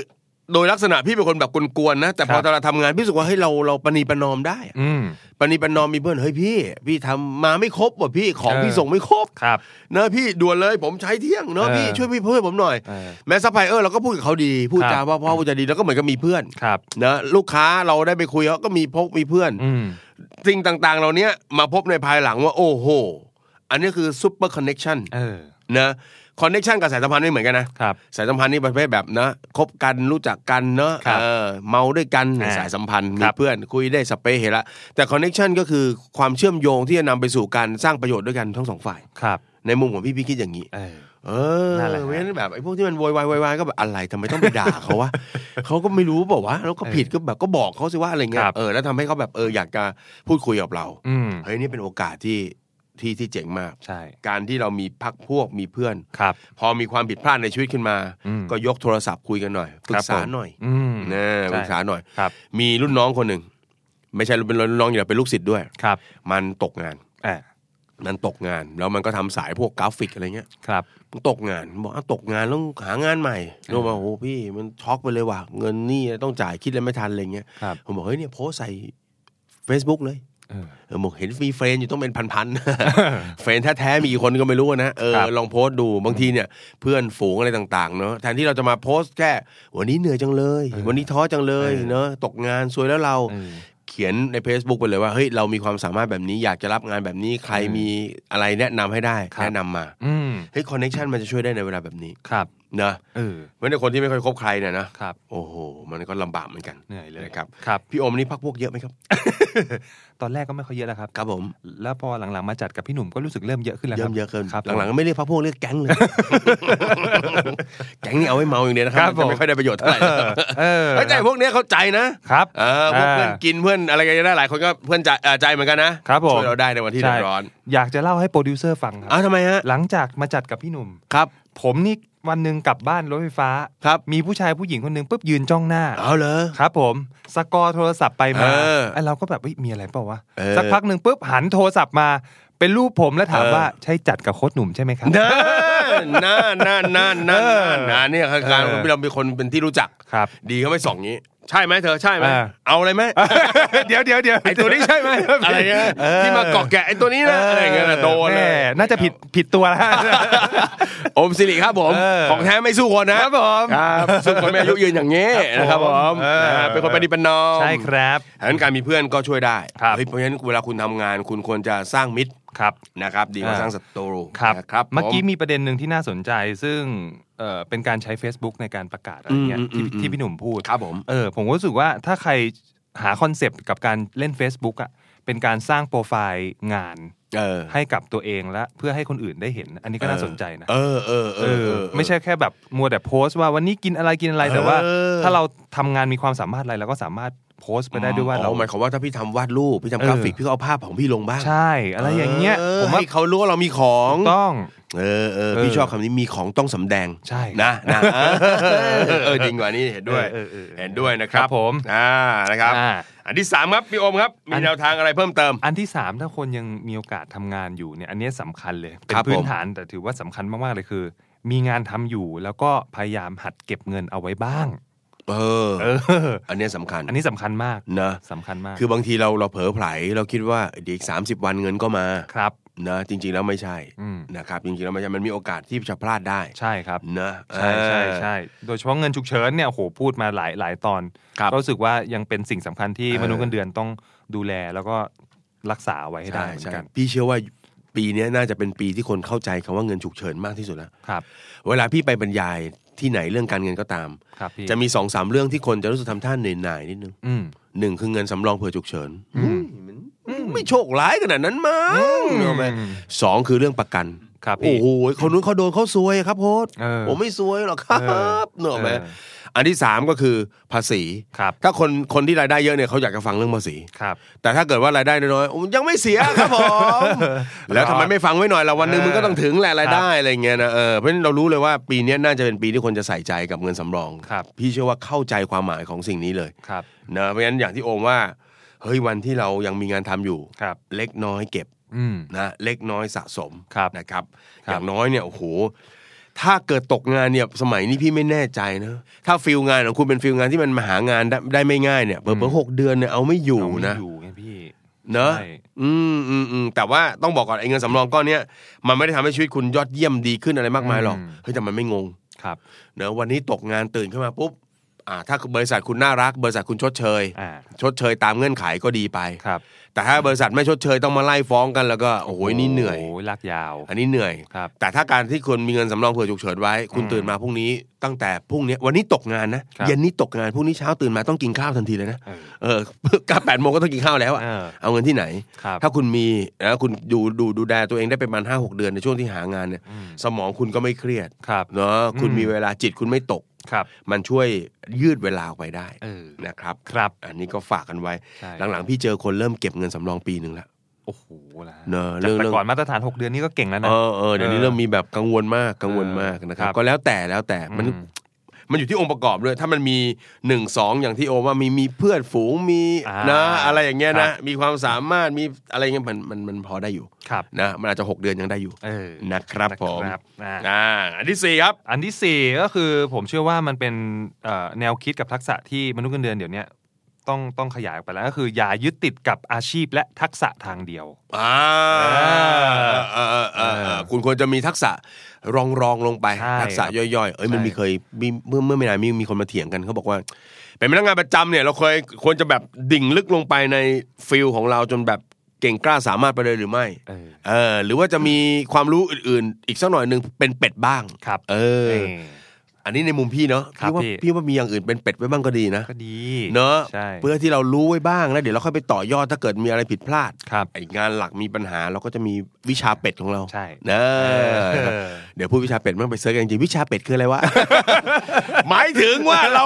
[SPEAKER 3] โดยลักษณะพี่เป็นคนแบบกวนๆนะแต่พ
[SPEAKER 2] ค
[SPEAKER 3] อ
[SPEAKER 2] รับ
[SPEAKER 3] เราทำงานพี่รู้สึกว่าเฮ้ยเราเราประนีประนอมได้อะ
[SPEAKER 2] อืม
[SPEAKER 3] ปณิปนอมมีเพื่อนเฮ้ยพี่ พี่ทำมาไม่ครบว่ะพี่ของ
[SPEAKER 2] เออ
[SPEAKER 3] พี่ส่งไม่ครบ
[SPEAKER 2] ครับ
[SPEAKER 3] เนอะพี่ด่วนเลยผมใช้เที่ยงเนอะ
[SPEAKER 2] เออ
[SPEAKER 3] พี่ช่วยพี่เพื่อนผมหน่อย
[SPEAKER 2] เออ
[SPEAKER 3] แม้ซัพพลายเออร์เราก็พูดกับเขาดี พูด
[SPEAKER 2] ครับ
[SPEAKER 3] จาว่าพ่อพูดจาดีแล้วก็เหมือนกับมีเพื่อน
[SPEAKER 2] ครับ
[SPEAKER 3] เนอะลูกค้าเราได้ไปคุยเขาก็มีพกมีเพื่อน
[SPEAKER 2] อืม
[SPEAKER 3] สิ่งต่างๆ เหล่านี้มาพบในภายหลังว่าโอ้โห อันนี้คือซูเปอร์คอนเน็ชัน
[SPEAKER 2] เออ
[SPEAKER 3] นะคอนเน็ชันกับสายสัมพันธ์ไม่เหมือนกันนะครับ สายสัมพันธ์นี่ประเภทแบบนะคบกันรู้จักกันเนอะ
[SPEAKER 2] ครับ
[SPEAKER 3] เออเมาด้วยกัน
[SPEAKER 2] อ่า
[SPEAKER 3] สายสัมพันธ์
[SPEAKER 2] ค
[SPEAKER 3] มี
[SPEAKER 2] รับ
[SPEAKER 3] เพื่อนคุยได้สเปเฮละแต่คอนเน็ชันก็คือความเชื่อมโยงที่จะนำไปสู่การสร้างประโยชน์ด้วยกันทั้งสองฝ่าย
[SPEAKER 2] ครับ
[SPEAKER 3] ในมุมของพี่พี่คิดอย่างนี้
[SPEAKER 2] เออ
[SPEAKER 3] เออ
[SPEAKER 2] นั่นแหละฮะ
[SPEAKER 3] เพราะฉะนั้นแบบไอ้พวกที่มันโวยวายโวยวายก็แบบอะไรทำไมต้องไปด่าเขา
[SPEAKER 2] [laughs]
[SPEAKER 3] วะ เขาก็ไม่รู้เปล่าวะแล้วก็ผิดก็แบบก็บอกเขาสิว่าอะไรเงี้
[SPEAKER 2] ค
[SPEAKER 3] ย
[SPEAKER 2] รับ
[SPEAKER 3] เออแล้วทำให้เขาแบบเอออยากจะพูดคุยกับเรา
[SPEAKER 2] อืม
[SPEAKER 3] เฮ้ยนี่เป็นโอกาสที่ที่ที่เจ๋งมาก
[SPEAKER 2] ใช่
[SPEAKER 3] การที่เรามีพักพวกมีเพื่อน
[SPEAKER 2] ครับ
[SPEAKER 3] พอมีความผิดพลาดในชีวิตขึ้นมา
[SPEAKER 2] อืม
[SPEAKER 3] ก็ยกโทรศัพท์คุยกันหน่อยปรึ
[SPEAKER 2] คบ
[SPEAKER 3] กษา
[SPEAKER 2] ผม
[SPEAKER 3] หน่อย
[SPEAKER 2] อืม
[SPEAKER 3] นะ
[SPEAKER 2] ใช่
[SPEAKER 3] ปรึกษาหน่อย
[SPEAKER 2] ครับ
[SPEAKER 3] มีรุ่นน้องคนหนึ่งไม่ใช่เป็นรุ่นน้องอย่าเป็นลูกศิษย์ด้วย
[SPEAKER 2] ครับ
[SPEAKER 3] มันตกงาน
[SPEAKER 2] เออ
[SPEAKER 3] มันตกงาน แล้วมันก็ทำสายพวกกราฟิกอะไรเงี้ย
[SPEAKER 2] ครับ
[SPEAKER 3] ตกงานบอกอ้าวตกงานต้องหางานใหม่รู้ป่าโอ้โหพี่มันช็อกไปเลยว่ะเงินนี่ต้องจ่ายคิดแล้วไม่ทันอะไรเงี้ย
[SPEAKER 2] ครับ
[SPEAKER 3] ผมบอกเฮ้ยเนี่ยโพสต์ใส่ Facebook เลย
[SPEAKER 2] เออ
[SPEAKER 3] เออบอกเห็นฟรีเฟรนอยู่ต้องเป็นพัน
[SPEAKER 2] [laughs]
[SPEAKER 3] ๆ เฟรนแท้ๆมีกี่คนก็ไม่รู้นะเออ
[SPEAKER 2] ครับ
[SPEAKER 3] ลองโพสต์ดูบางทีเนี่ย เพื่อนฝูงอะไรต่างๆเนาะแทนที่เราจะมาโพสต์แค่วันนี้เหนื่อยจังเลย วันนี้ท้อจังเลยเนาะตกงานซวยแล้วเรา
[SPEAKER 2] เออ
[SPEAKER 3] เขียนใน Facebook ไปเลยว่าเฮ้ยเรามีความสามารถแบบนี้อยากจะรับงานแบบนี้ใครมีอะไรแนะนำให้ได้
[SPEAKER 2] ครับ
[SPEAKER 3] แนะนำมา
[SPEAKER 2] อืม
[SPEAKER 3] เฮ้ยคอนเน็ชันมันจะช่วยได้ในเวลาแบบนี้
[SPEAKER 2] ครับ
[SPEAKER 3] นะ
[SPEAKER 2] เออ
[SPEAKER 3] เว้นแต่คนที่ไม่ค่อยคบใครเนี่ยนะครับ โอ้โหมันก็ลำบากเหมือนกัน
[SPEAKER 2] เหนื่อยเลย
[SPEAKER 3] นะครับ
[SPEAKER 2] ครับ
[SPEAKER 3] พี่โอมนี่พักพวกเยอะไหมครับ
[SPEAKER 2] ตอนแรกก็ไม่ค่อยเยอะแล้วครับ
[SPEAKER 3] ครับผม
[SPEAKER 2] แล้วพอหลังๆมาจัดกับพี่หนุ่มก็รู้สึกเริ่มเยอะขึ้นแล้ว
[SPEAKER 3] เย
[SPEAKER 2] ครั
[SPEAKER 3] อะเยอะเกิน
[SPEAKER 2] ครับ
[SPEAKER 3] หลังๆก็ไม่เรียกพักพวกเรียกแก๊งเลย แก๊งนี่เอาไว้เมาอย่างเดียวนะค
[SPEAKER 2] ค
[SPEAKER 3] รั
[SPEAKER 2] รั
[SPEAKER 3] บบ จะไม่ค่อยได้ประโยชน์เท่าไหร่
[SPEAKER 2] เออ
[SPEAKER 3] เฮ้ยแต่พวกเนี้ยเข้าใจนะครับ เออพวกเพื่อนกินเพื่อนอะไรกันได้หลายคนก็เพื่อนใจเอ่อใจเหมือนกันนะครับ
[SPEAKER 2] ผม
[SPEAKER 3] ช่วยเราได้ในวันที่เดือดร้อน
[SPEAKER 2] อยากจะเล่าให้โปรดิวเซอร์ฟังครั
[SPEAKER 3] อ้าวทำไมฮะ
[SPEAKER 2] หลังจากมาจัดกับพี่หนุ่ม
[SPEAKER 3] ครับ
[SPEAKER 2] ผมนี่วันหนึ่งกลับบ้านรถไฟฟ้า
[SPEAKER 3] ครับ
[SPEAKER 2] มีผู้ชายผู้หญิงคนหนึ่งปุ๊บยืนจ้องหน้า
[SPEAKER 3] เอาเหรอ
[SPEAKER 2] ครับผมสกอร์โทรศัพท์ไปมา
[SPEAKER 3] เออ
[SPEAKER 2] ไอเราก็แบบเฮ้ยมีอะไรเปล่าวะ
[SPEAKER 3] เออ
[SPEAKER 2] สักพักหนึ่งปุ๊บหันโทรศัพท์มาเป็นรูปผมแล้วถาม
[SPEAKER 3] เออ
[SPEAKER 2] ว่าใช่จัดกับโค้ชหนุ่มใช่ไหมครับ
[SPEAKER 3] นั่นนั่นนั่นนั่นนั่นนั่นนั่นเนี่ยคือการ
[SPEAKER 2] เออ
[SPEAKER 3] เราเป็นคนเป็นที่รู้จัก
[SPEAKER 2] ครับ
[SPEAKER 3] ดีเขาไม่ส่องงี้ ใช่ไหมเธอใช่ไหม
[SPEAKER 2] อ่า
[SPEAKER 3] เอาอะไรไหม
[SPEAKER 2] [laughs] เดี๋ยวเดี๋ยวเดี๋ยว
[SPEAKER 3] ไอตัวนี้ใช่ไหมอะไรเงี้ยที่มาเกาะแกะไอตัวนี้นะอะไรเงี้ยนะโดน
[SPEAKER 2] แห
[SPEAKER 3] เลย
[SPEAKER 2] ม่น่าจะผิดผิดตัว
[SPEAKER 3] [laughs]
[SPEAKER 2] แล้ว
[SPEAKER 3] โอมสิริครับผม
[SPEAKER 2] เออ
[SPEAKER 3] ของแท้ไม่สู้คนนะครับ
[SPEAKER 2] ผม
[SPEAKER 3] ครับสู้คนไม่อายุยืนอย่างนี้นะครับผม
[SPEAKER 2] เออ
[SPEAKER 3] นะฮะเป็นคนปฏิบัตินอม
[SPEAKER 2] ใช่ครับ
[SPEAKER 3] ดังนั้นการมีเพื่อนก็ช่วยได้
[SPEAKER 2] ครับ
[SPEAKER 3] เฮ้ยเพราะฉะนั้นเวลาคุณทำงานคุณควรจะสร้างมิตร
[SPEAKER 2] ครับ
[SPEAKER 3] นะครับ ดีกว่า
[SPEAKER 2] อ่า
[SPEAKER 3] สร้างศัตรู
[SPEAKER 2] ครับ
[SPEAKER 3] นะครับ
[SPEAKER 2] เมื่อกี้
[SPEAKER 3] ผ
[SPEAKER 2] มีประเด็นหนึ่งที่น่าสนใจ ซึ่งเอ่อเป็นการใช้ Facebook ในการประกาศอะไรเงี้ย
[SPEAKER 3] อืมอื
[SPEAKER 2] ที่
[SPEAKER 3] มอืม
[SPEAKER 2] ที่พี่หนุ่มพูด
[SPEAKER 3] ครับผม
[SPEAKER 2] เออผมก็รู้สึกว่าถ้าใครหาคอนเซปต์กับการเล่น Facebook อ่ะเป็นการสร้างโปรไฟล์งาน
[SPEAKER 3] เออ
[SPEAKER 2] ให้กับตัวเองและเพื่อให้คนอื่นได้เห็น อันนี้ก็น่าสนใจนะ
[SPEAKER 3] เออเออเออเออ
[SPEAKER 2] ไม่ใช่แค่แบบมัวแต่โพสต์ว่าวันนี้กินอะไรกินอะไรแต่ว่า
[SPEAKER 3] เออ
[SPEAKER 2] ถ้าเราทำงานมีความสามารถอะไรเราก็สามารถโพสต์ไปได้ด้วยว่าเรา
[SPEAKER 3] อ๋อหมายความว่าถ้าพี่ทำวาดรูปพี่ทำกราฟิก
[SPEAKER 2] เออ
[SPEAKER 3] พี่ก็เอาภาพของพี่ลงบ้าง
[SPEAKER 2] ใช่อะไรอย่างเงี้ยผมว่า
[SPEAKER 3] ให้เขารู้ว่าเรามีของ
[SPEAKER 2] ต้อง
[SPEAKER 3] เออเออ
[SPEAKER 2] เออ
[SPEAKER 3] พี่ชอบคำนี้มีของต้องสำแดง
[SPEAKER 2] ใช่
[SPEAKER 3] นะนะเออเออจริงกว่านี้เห็นด้วย
[SPEAKER 2] เออเออเออ
[SPEAKER 3] เห็นด้วยนะครับ
[SPEAKER 2] ครับผม
[SPEAKER 3] อ่านะครับ
[SPEAKER 2] อ่า
[SPEAKER 3] อันที่สามครับพี่โอมครับ
[SPEAKER 2] อั
[SPEAKER 3] มี
[SPEAKER 2] น
[SPEAKER 3] แนวทางอะไรเพิ่มเติม
[SPEAKER 2] อันที่ 3 ถ้าคนยังมีโอกาสทำงานอยู่เนี่ยอันเนี้ยสำคัญเลย เป็น
[SPEAKER 3] ครับ
[SPEAKER 2] พื้
[SPEAKER 3] ผ
[SPEAKER 2] น
[SPEAKER 3] ม
[SPEAKER 2] ฐานแต่ถือว่าสำคัญมาก ๆ เลยคือ มีงานทำอยู่แล้วก็พยายามหัดเก็บเงินเอาไว้บ้าง
[SPEAKER 3] เออ
[SPEAKER 2] เออ
[SPEAKER 3] อันเนี้ยสำคัญ
[SPEAKER 2] อันนี้สำคัญมาก
[SPEAKER 3] นะ
[SPEAKER 2] สำคัญมาก
[SPEAKER 3] คือบางทีเราเราเผลอไผลเราคิดว่าเดี๋ยวอีกสามสิบวันเงินก็มา
[SPEAKER 2] ครับ
[SPEAKER 3] นะจริง ๆ แล้วไม่ใช่
[SPEAKER 2] อืม
[SPEAKER 3] นะครับจริงๆแล้วไม่ใช่มันมีโอกาสที่จะพลาดได้
[SPEAKER 2] ใช่ครับ
[SPEAKER 3] นะ
[SPEAKER 2] ใช่ใช่ใช่โดยเฉพาะเงินฉุกเฉินเนี่ยโอ้โหพูดมาหลายหลายตอน
[SPEAKER 3] ครับ
[SPEAKER 2] ก็รู้สึกว่ายังเป็นสิ่งสำคัญที่
[SPEAKER 3] เออ
[SPEAKER 2] มนุษย์เงินเดือนต้องดูแลแล้วก็รักษาไว้ให้ได้
[SPEAKER 3] ใช่
[SPEAKER 2] เหมือน
[SPEAKER 3] ใช่
[SPEAKER 2] กัน
[SPEAKER 3] พี่เชื่อว่าปีเนี้ยน่าจะเป็นปีที่คนเข้าใจคำว่าเงินฉุกเฉินมากที่สุดแล้ว
[SPEAKER 2] ครับ
[SPEAKER 3] เวลาพี่ไปบรรยายที่ไหนเรื่องการเงินก็ตาม
[SPEAKER 2] ครับพี่
[SPEAKER 3] จะมีสองสามเรื่องที่คนจะรู้สึกทำท่าเหนื่อยหน่ายนิดนึง
[SPEAKER 2] อืม
[SPEAKER 3] หนึ่งคือเงินสำรองเผื่อฉุกเฉิน
[SPEAKER 2] อืม
[SPEAKER 3] มันไม่โชคร้ายขนาดนั้นมั้ง
[SPEAKER 2] อื
[SPEAKER 3] เอาไหม
[SPEAKER 2] ม
[SPEAKER 3] สองคือเรื่องประกัน
[SPEAKER 2] ครับ
[SPEAKER 3] โอ้
[SPEAKER 2] พี่
[SPEAKER 3] โหคนนู้นเขาโดนเขาซวยครับโพส
[SPEAKER 2] เออ
[SPEAKER 3] ผมไม่ซวยหรอกครับ
[SPEAKER 2] เออ
[SPEAKER 3] เนอะไหม
[SPEAKER 2] เออ
[SPEAKER 3] อันที่สามก็คือภาษี
[SPEAKER 2] ครับ
[SPEAKER 3] ถ้าคนคนที่รายได้เยอะเนี่ยเขาอยากจะฟังเรื่องภาษี
[SPEAKER 2] ครับ
[SPEAKER 3] แต่ถ้าเกิดว่ารายได้น้อยๆโอ้ยังไม่เสียครับผม
[SPEAKER 2] [laughs]
[SPEAKER 3] แล้วทำไมไม่ฟังไว้หน่อยล่ะวันหนึ่ง
[SPEAKER 2] เออ
[SPEAKER 3] มึงก็ต้องถึงแหละรายได้อะไรเงี้ยนะเออเพราะฉะนั้นเรารู้เลยว่าปีเนี้ยน่าจะเป็นปีที่คนจะใส่ใจกับเงินสำรอง
[SPEAKER 2] ครับ
[SPEAKER 3] พี่เชื่อว่าเข้าใจความหมายของสิ่งนี้เลย
[SPEAKER 2] ครับ
[SPEAKER 3] นะเพราะฉะนั้นอย่างที่โอมว่าเฮ้ยวันที่เรายังมีงานทำอยู่
[SPEAKER 2] ครับ
[SPEAKER 3] เล็กน้อยเก็บ
[SPEAKER 2] อืม
[SPEAKER 3] นะเล็กน้อยสะสม
[SPEAKER 2] ครับ
[SPEAKER 3] นะครับ
[SPEAKER 2] ครับ
[SPEAKER 3] อย่างน้อยเนี่ยโอ้โหถ้าเกิดตกงานเนี่ยสมัยนี้พี่ไม่แน่ใจนะถ้าฟิลงานของคุณเป็นฟิลงานที่มันมาหางานได้ได้ไม่ง่ายเนี่ยเปิดหกเดือนเนี่ยเอาไม่อยู่
[SPEAKER 2] เอาไม่
[SPEAKER 3] นะ
[SPEAKER 2] อยู่ไงพี่
[SPEAKER 3] เนอะ
[SPEAKER 2] ใช่
[SPEAKER 3] อืมอืมอืมแต่ว่าต้องบอกก่อนไอ้เงินสำรองก้อนเนี้ยมันไม่ได้ทำให้ชีวิตคุณยอดเยี่ยมดีขึ้นอะไรมากมายหรอกเฮ้ยแต่มันไม่งง
[SPEAKER 2] ครับ
[SPEAKER 3] เนอะวันนี้ตกงานตื่นขึ้นมาปุ๊บอ่า ถ้าบริษัทคุณน่ารัก บริษัทคุณชดเชย
[SPEAKER 2] อ่า
[SPEAKER 3] ชดเชยตามเงื่อนไขก็ดีไป
[SPEAKER 2] ครับ
[SPEAKER 3] แต่ถ้าบริษัทไม่ชดเชยต้องมาไล่ฟ้องกันแล้วก็โอ้โหนี่เหนื่อย
[SPEAKER 2] โอ้ลากยาว
[SPEAKER 3] อันนี้เหนื่อย
[SPEAKER 2] ครับ
[SPEAKER 3] แต่ถ้าการที่คุณมีเงินสำรองเผื่อฉุกเฉินไว้ คุณ
[SPEAKER 2] อืม
[SPEAKER 3] ตื่นมาพรุ่งนี้ตั้งแต่พรุ่งเนี้ยวันนี้ตกงานนะครับ เย็นนี้ตกงานพรุ่งนี้เช้าตื่นมาต้องกินข้าวทันทีเลยนะ
[SPEAKER 2] เออ
[SPEAKER 3] เออ [laughs] เกับแปดโมงก็ต้องกินข้าวแล้วอะ
[SPEAKER 2] เออ
[SPEAKER 3] เอาเงินที่ไหน
[SPEAKER 2] ครับ
[SPEAKER 3] ถ้าคุณมีนะคุณดูดูดูแลตัวเองได้ประมาณห้าหกเดือนในช่วงที่หางานเนี่ย
[SPEAKER 2] อืม
[SPEAKER 3] สมองคุณก็ไม่เครียด
[SPEAKER 2] ครับ
[SPEAKER 3] เนาะคุณ
[SPEAKER 2] อืม
[SPEAKER 3] มีเวลาจิตคุณไม่ตก
[SPEAKER 2] ครับ
[SPEAKER 3] มันช่วยยืดเวลาออกไปได้
[SPEAKER 2] เออ
[SPEAKER 3] นะครับ
[SPEAKER 2] ครับ
[SPEAKER 3] อันนี้ก็ฝากกันไว้
[SPEAKER 2] ใช่
[SPEAKER 3] หลังๆพี่เจอคนเริ่มเก็บเงินสำรองปีหนึ่งแล้ว
[SPEAKER 2] โอ้โหนะฮะ
[SPEAKER 3] เนอะ
[SPEAKER 2] จาก
[SPEAKER 3] เรื่อง
[SPEAKER 2] แต่
[SPEAKER 3] เรื่อง
[SPEAKER 2] ก่อนมาตรฐาน 6 เดือนนี่ก็เก่งแล้ว
[SPEAKER 3] เอ
[SPEAKER 2] นะ
[SPEAKER 3] อเออเดี๋ยวนี้
[SPEAKER 2] เออ
[SPEAKER 3] เริ่มมีแบบกังวลมากกังวลมากนะครับ
[SPEAKER 2] ครับ
[SPEAKER 3] ก็แล้วแต่แล้วแต่มัน
[SPEAKER 2] อืม
[SPEAKER 3] มันอยู่ที่องค์ประกอบด้วย ถ้ามันมีหนึ่งสองอย่างที่โอว่ามีมีเพื่อนฝูงมี
[SPEAKER 2] อ่า
[SPEAKER 3] นะ อะไรอย่างเงี้ย
[SPEAKER 2] ครั
[SPEAKER 3] นะ
[SPEAKER 2] บ
[SPEAKER 3] มีความสามารถมีอะไรเงี้ยมันมันมันพอได้อยู่
[SPEAKER 2] ครับ
[SPEAKER 3] นะมันอาจจะหกเดือนยังได้อยู่
[SPEAKER 2] เออ
[SPEAKER 3] นะครับผม
[SPEAKER 2] นะครับอ่า
[SPEAKER 3] อ่าอันที่สี่ครับ
[SPEAKER 2] อันที่สี่ก็คือผมเชื่อว่ามันเป็นเอ่อแนวคิดกับทักษะที่มนุษย์เงินเดือนเดี๋ยวเนี้ยต้องต้องขยายออกไปแล้วก็คือ อย่ายึดติดกับอาชีพและทักษะทางเดียว
[SPEAKER 3] อ่าเออเออเออเออคุณควรจะมีทักษะรองรองลงไป
[SPEAKER 2] ใช่
[SPEAKER 3] ทักษะย่อยๆ เอ้ยมันมี
[SPEAKER 2] ใช่
[SPEAKER 3] เคยมีเมื่อเมื่อไม่นานมีมีคนมาเถียงกันเขาบอกว่า เป็นพนักงานประจำเนี่ย เราเคยควรจะแบบดิ่งลึกลงไปในฟิลของเราจนแบบ เก่งกล้าสามารถไปเลยหรือไม่
[SPEAKER 2] เออ
[SPEAKER 3] เออหรือว่าจะมีความรู้อื่นๆ อีกสักหน่อยหนึ่งเป็นเป็ดบ้าง
[SPEAKER 2] ครับ
[SPEAKER 3] เอ
[SPEAKER 2] เอ
[SPEAKER 3] อ
[SPEAKER 2] อ
[SPEAKER 3] อันนี้ในมุมพี่เนาะ
[SPEAKER 2] ครับ
[SPEAKER 3] พี่ว่า
[SPEAKER 2] พี่
[SPEAKER 3] พี่ว่ามีอย่างอื่นเป็นเป็ดไว้บ้างก็ดีนะ
[SPEAKER 2] ก็ดี
[SPEAKER 3] เนาะ
[SPEAKER 2] ใช่
[SPEAKER 3] เพื่อที่เรารู้ไว้บ้างแล้วเดี๋ยวเราค่อยไปต่อยอดถ้าเกิดมีอะไรผิดพลาด
[SPEAKER 2] ครับ
[SPEAKER 3] ไอ้งานหลักมีปัญหาเราก็จะมีวิชาเป็ดของเรา
[SPEAKER 2] ใช่
[SPEAKER 3] นะ
[SPEAKER 2] เออ
[SPEAKER 3] เดี๋ยวพูดวิชาเป็ดมั่งไปเซิร์ชกันจริงๆวิชาเป็ดคืออะไรวะ [laughs] หมายถึงว่าเรา